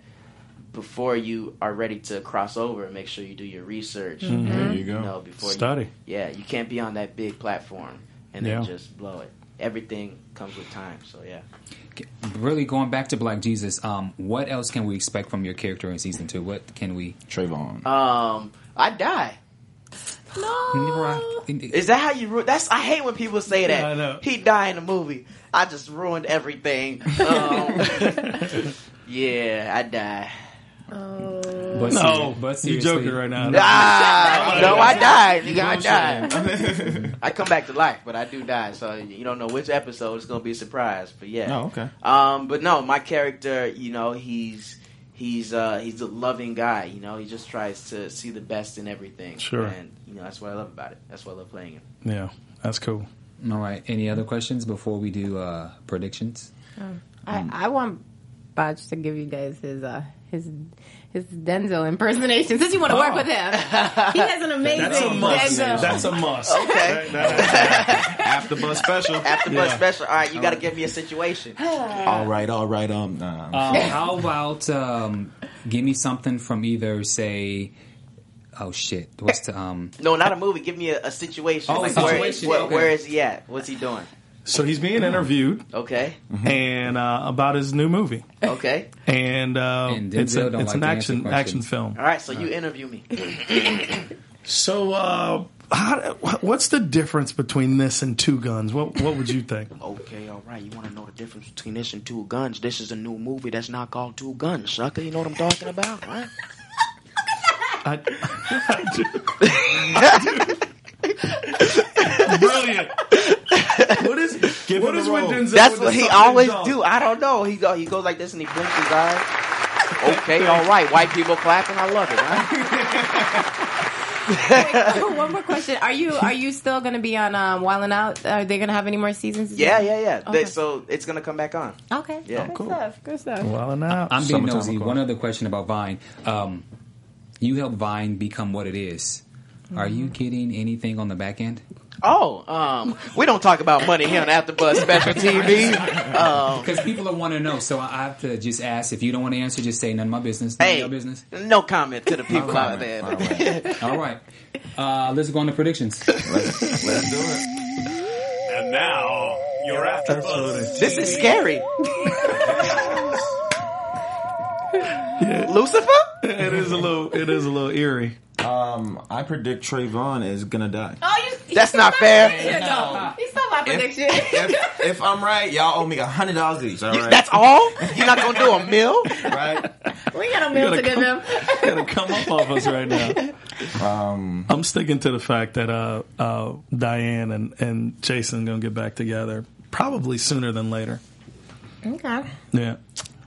Speaker 2: before you are ready to cross over, make sure you do your research.
Speaker 3: Mm-hmm.
Speaker 4: There you
Speaker 2: You
Speaker 4: go.
Speaker 2: know, before you-
Speaker 6: Study.
Speaker 2: yeah, you can't be on that big platform and then
Speaker 6: Yeah.
Speaker 2: just blow it. Everything comes with time. So yeah.
Speaker 3: Really going back to Black Jesus, um, what else can we expect from your character in season two? What can we?
Speaker 4: Trayvon.
Speaker 3: Uh,
Speaker 2: Um, I die.
Speaker 3: Rock-
Speaker 2: Is that how you ruin? That's I hate when people say that.
Speaker 6: Yeah, I know.
Speaker 2: He died in the movie. I just ruined everything. Um, yeah, I die.
Speaker 3: But
Speaker 6: No,
Speaker 3: se- but
Speaker 6: you're
Speaker 3: seriously,
Speaker 6: joking right now.
Speaker 2: Ah, no, I died. Nigga, I
Speaker 6: You know what I'm
Speaker 2: died. I come back to life, but I do die. So you don't know which episode it's gonna be a surprise. But yeah.
Speaker 4: Oh, okay.
Speaker 2: Um, but no, my character, you know, he's he's uh he's a loving guy. You know, he just tries to see the best in everything.
Speaker 6: Sure.
Speaker 2: And you know that's what I love about it. That's why I love playing him.
Speaker 6: Yeah, that's cool.
Speaker 3: All right. Any other questions before we do uh, predictions?
Speaker 2: Mm.
Speaker 5: I, I want Bodge to give you guys his uh, his his Denzel impersonation since you want to work with him. He has an amazing
Speaker 6: That's a must.
Speaker 5: Denzel.
Speaker 6: That's a must.
Speaker 2: Okay.
Speaker 4: After bus special.
Speaker 2: After bus special, all right, you got to give me a situation.
Speaker 4: all right, all right. Um, nah, I'm
Speaker 3: Um, how about um, give me something from either say, oh shit, what's the um?
Speaker 2: No, not a movie. Give me a, a situation.
Speaker 3: Oh,
Speaker 2: like,
Speaker 3: a
Speaker 2: where-
Speaker 3: situation,
Speaker 2: Where,
Speaker 3: okay.
Speaker 2: where is he at? What's he doing?
Speaker 6: So he's being interviewed
Speaker 2: Okay,
Speaker 6: and uh, about his new movie,
Speaker 2: okay.
Speaker 6: and, uh,
Speaker 3: And Denzel
Speaker 6: it's, a,
Speaker 3: don't
Speaker 6: it's
Speaker 3: like
Speaker 6: an
Speaker 3: to answer
Speaker 6: action
Speaker 3: questions.
Speaker 6: action film.
Speaker 2: All right, so you interview me.
Speaker 6: So, uh, how, what's the difference between this and Two Guns? What What would you think?
Speaker 2: Okay, all right. You want to know the difference between this and Two Guns? This is a new movie that's not called Two Guns, sucker. You know what I'm talking about, right?
Speaker 6: I, I do. Brilliant. What is what
Speaker 4: him
Speaker 6: is
Speaker 4: the
Speaker 6: with
Speaker 4: role.
Speaker 6: Denzel?
Speaker 2: That's
Speaker 6: with
Speaker 2: what
Speaker 6: the
Speaker 2: he
Speaker 6: Southern
Speaker 2: always
Speaker 6: drawl?
Speaker 2: do. I don't know. He go, he goes like this and he blinks his eyes. Okay, all right. White people clapping. I love it. Right?
Speaker 5: Wait, Oh, one more question: Are you are you still going to be on um, Wild 'N Out? Are they going to have any more seasons?
Speaker 2: Yeah, yeah, yeah. They-
Speaker 5: Okay.
Speaker 2: so it's gonna come back on.
Speaker 5: Okay.
Speaker 2: Yeah.
Speaker 5: Good
Speaker 2: Cool.
Speaker 5: stuff. Good stuff.
Speaker 6: Well, and out.
Speaker 3: I'm being
Speaker 4: Summertime
Speaker 3: nosy.
Speaker 4: O'Clock.
Speaker 3: One other question about Vine. Um, you helped Vine become what it is. Are you getting anything on the back end?
Speaker 2: Oh, um, we don't talk about money here on After Buzz Special TV. Um,
Speaker 3: Because people want to know, so I I have to just ask. If you don't want to answer, just say none of my business. None of
Speaker 2: Hey,
Speaker 3: your business.
Speaker 2: no comment to the people out
Speaker 4: comment,
Speaker 2: there.
Speaker 4: all right.
Speaker 3: All right. Uh, let's go on to predictions.
Speaker 4: Let's, let's do it.
Speaker 7: And now, you're after Buzz.
Speaker 2: This is scary. Lucifer?
Speaker 6: It is a little. It is a little eerie.
Speaker 4: Um, I predict Trayvon is gonna die.
Speaker 5: Oh, you, you
Speaker 2: That's
Speaker 5: stole
Speaker 2: not
Speaker 5: my
Speaker 2: fair.
Speaker 5: prediction, though. You stole my
Speaker 4: If,
Speaker 5: prediction.
Speaker 4: if, if I'm right, y'all owe me a hundred dollars each. All right,
Speaker 2: That's all? You're not gonna do a meal?
Speaker 4: right.
Speaker 5: we got a meal
Speaker 6: gotta
Speaker 5: to give him.
Speaker 6: come- Gotta come up off us right now. I'm sticking to the fact that uh, uh, Diane and and Jason gonna get back together probably sooner than later.
Speaker 5: Okay.
Speaker 6: Yeah.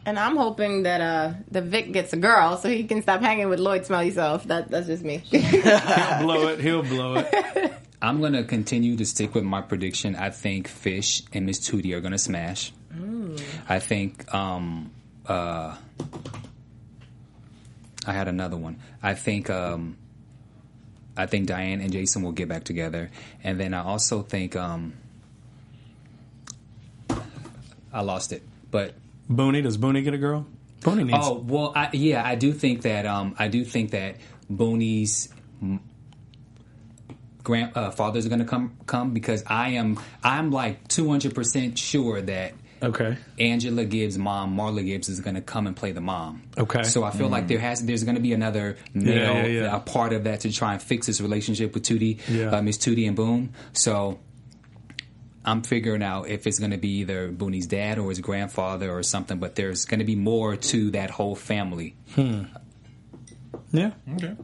Speaker 5: And I'm hoping that uh, the Vic gets a girl so he can stop hanging with Lloyd Smelly Self. That, that's just me.
Speaker 6: He'll blow it. He'll blow it.
Speaker 3: I'm going to continue to stick with my prediction. I think Fish and Miss Tootie are going to smash. I think um, uh, I had another one. I think um, I think Diane and Jason will get back together, and then I also think um, I lost it, but
Speaker 6: Booney, does Booney get a girl? Booney needs.
Speaker 3: Oh well, I, yeah, I do think that. Um, I do think that Booney's mm, grand uh, fathers are going to come come because I am I'm like 200 percent sure that
Speaker 6: Okay.
Speaker 3: Angela Gibbs' mom, Marla Gibbs, is going to come and play the mom.
Speaker 6: Okay. Mm.
Speaker 3: So I feel like there has there's going to be another male
Speaker 6: yeah, yeah.
Speaker 3: a part of that to try and fix his relationship with Tootie,
Speaker 6: Yeah.
Speaker 3: uh, Miss Tootie and Boone. So I'm figuring out if it's going to be either Boonie's dad or his grandfather or something. But there's going to be more to that whole family.
Speaker 6: Yeah.
Speaker 3: Yeah.
Speaker 6: I can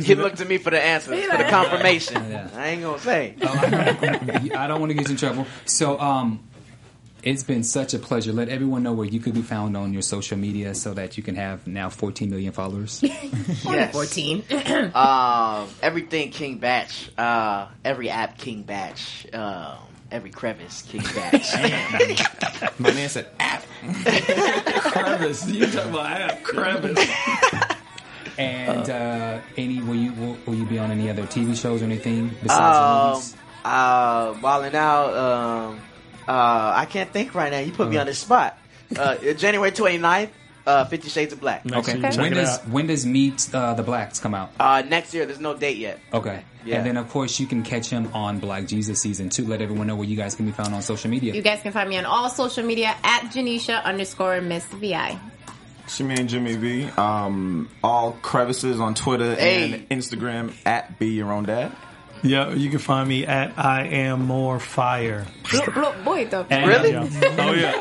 Speaker 6: see
Speaker 2: You
Speaker 6: that.
Speaker 2: look to me for the answer, for the confirmation. I ain't gonna say.
Speaker 3: I don't want to get you in trouble. So, um, it's been such a pleasure. Let everyone know where you could be found on your social media so that you can have now 14 million followers.
Speaker 2: Yes.
Speaker 5: 14.
Speaker 2: Um, everything King Batch. Uh, every app King Batch. Um, every crevice King Batch.
Speaker 4: My man said, "Ah."
Speaker 6: crevice. You talking about I have crevice?
Speaker 3: And
Speaker 2: Uh-huh.
Speaker 3: uh, any will you will, will you be on any other TV shows or anything
Speaker 2: um,
Speaker 3: besides
Speaker 2: uh, wilding out. Um, uh, I can't think right now. You put me on the spot. Uh, January 29th, uh, Fifty Shades of Black.
Speaker 3: movies? Okay.
Speaker 6: Okay. Check
Speaker 3: When
Speaker 6: it
Speaker 3: does
Speaker 6: out.
Speaker 3: when does Meet uh, the Blacks come out?
Speaker 2: Uh, next year, there's no date yet.
Speaker 3: Okay.
Speaker 2: Yeah.
Speaker 3: And then of course you can catch him on Black Jesus season two. Let everyone know where you guys can be found on social media.
Speaker 5: You guys can find me on all social media at Janisha underscore Miss VI.
Speaker 4: Shemaine Jimmy B. Um, all crevices on Twitter
Speaker 2: Hey.
Speaker 4: and Instagram at be your own dad.
Speaker 6: Yeah, you can find me at I am more fire.
Speaker 5: Look, look, boy, though.
Speaker 3: And- uh,
Speaker 2: Really?
Speaker 6: Yeah. Oh yeah.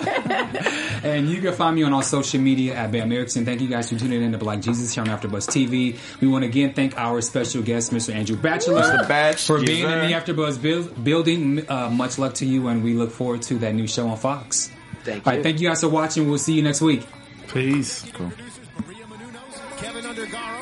Speaker 3: And you can find me on all social media at Bam Erickson. Thank you guys for tuning in to Black Jesus here on AfterBuzz TV. We want to again thank our special guest, Mr. Andrew Batchelor,
Speaker 4: Mr. Batch,
Speaker 3: for
Speaker 4: yes,
Speaker 3: being
Speaker 4: sir.
Speaker 3: in the AfterBuzz build- building. Uh, much luck to you, and we look forward to that new show on Fox.
Speaker 2: Thank
Speaker 3: All right,
Speaker 2: you.
Speaker 3: thank you guys for watching. We'll see you next week.
Speaker 6: Peace.
Speaker 1: Producers Maria Menounos, Kevin Undergaro,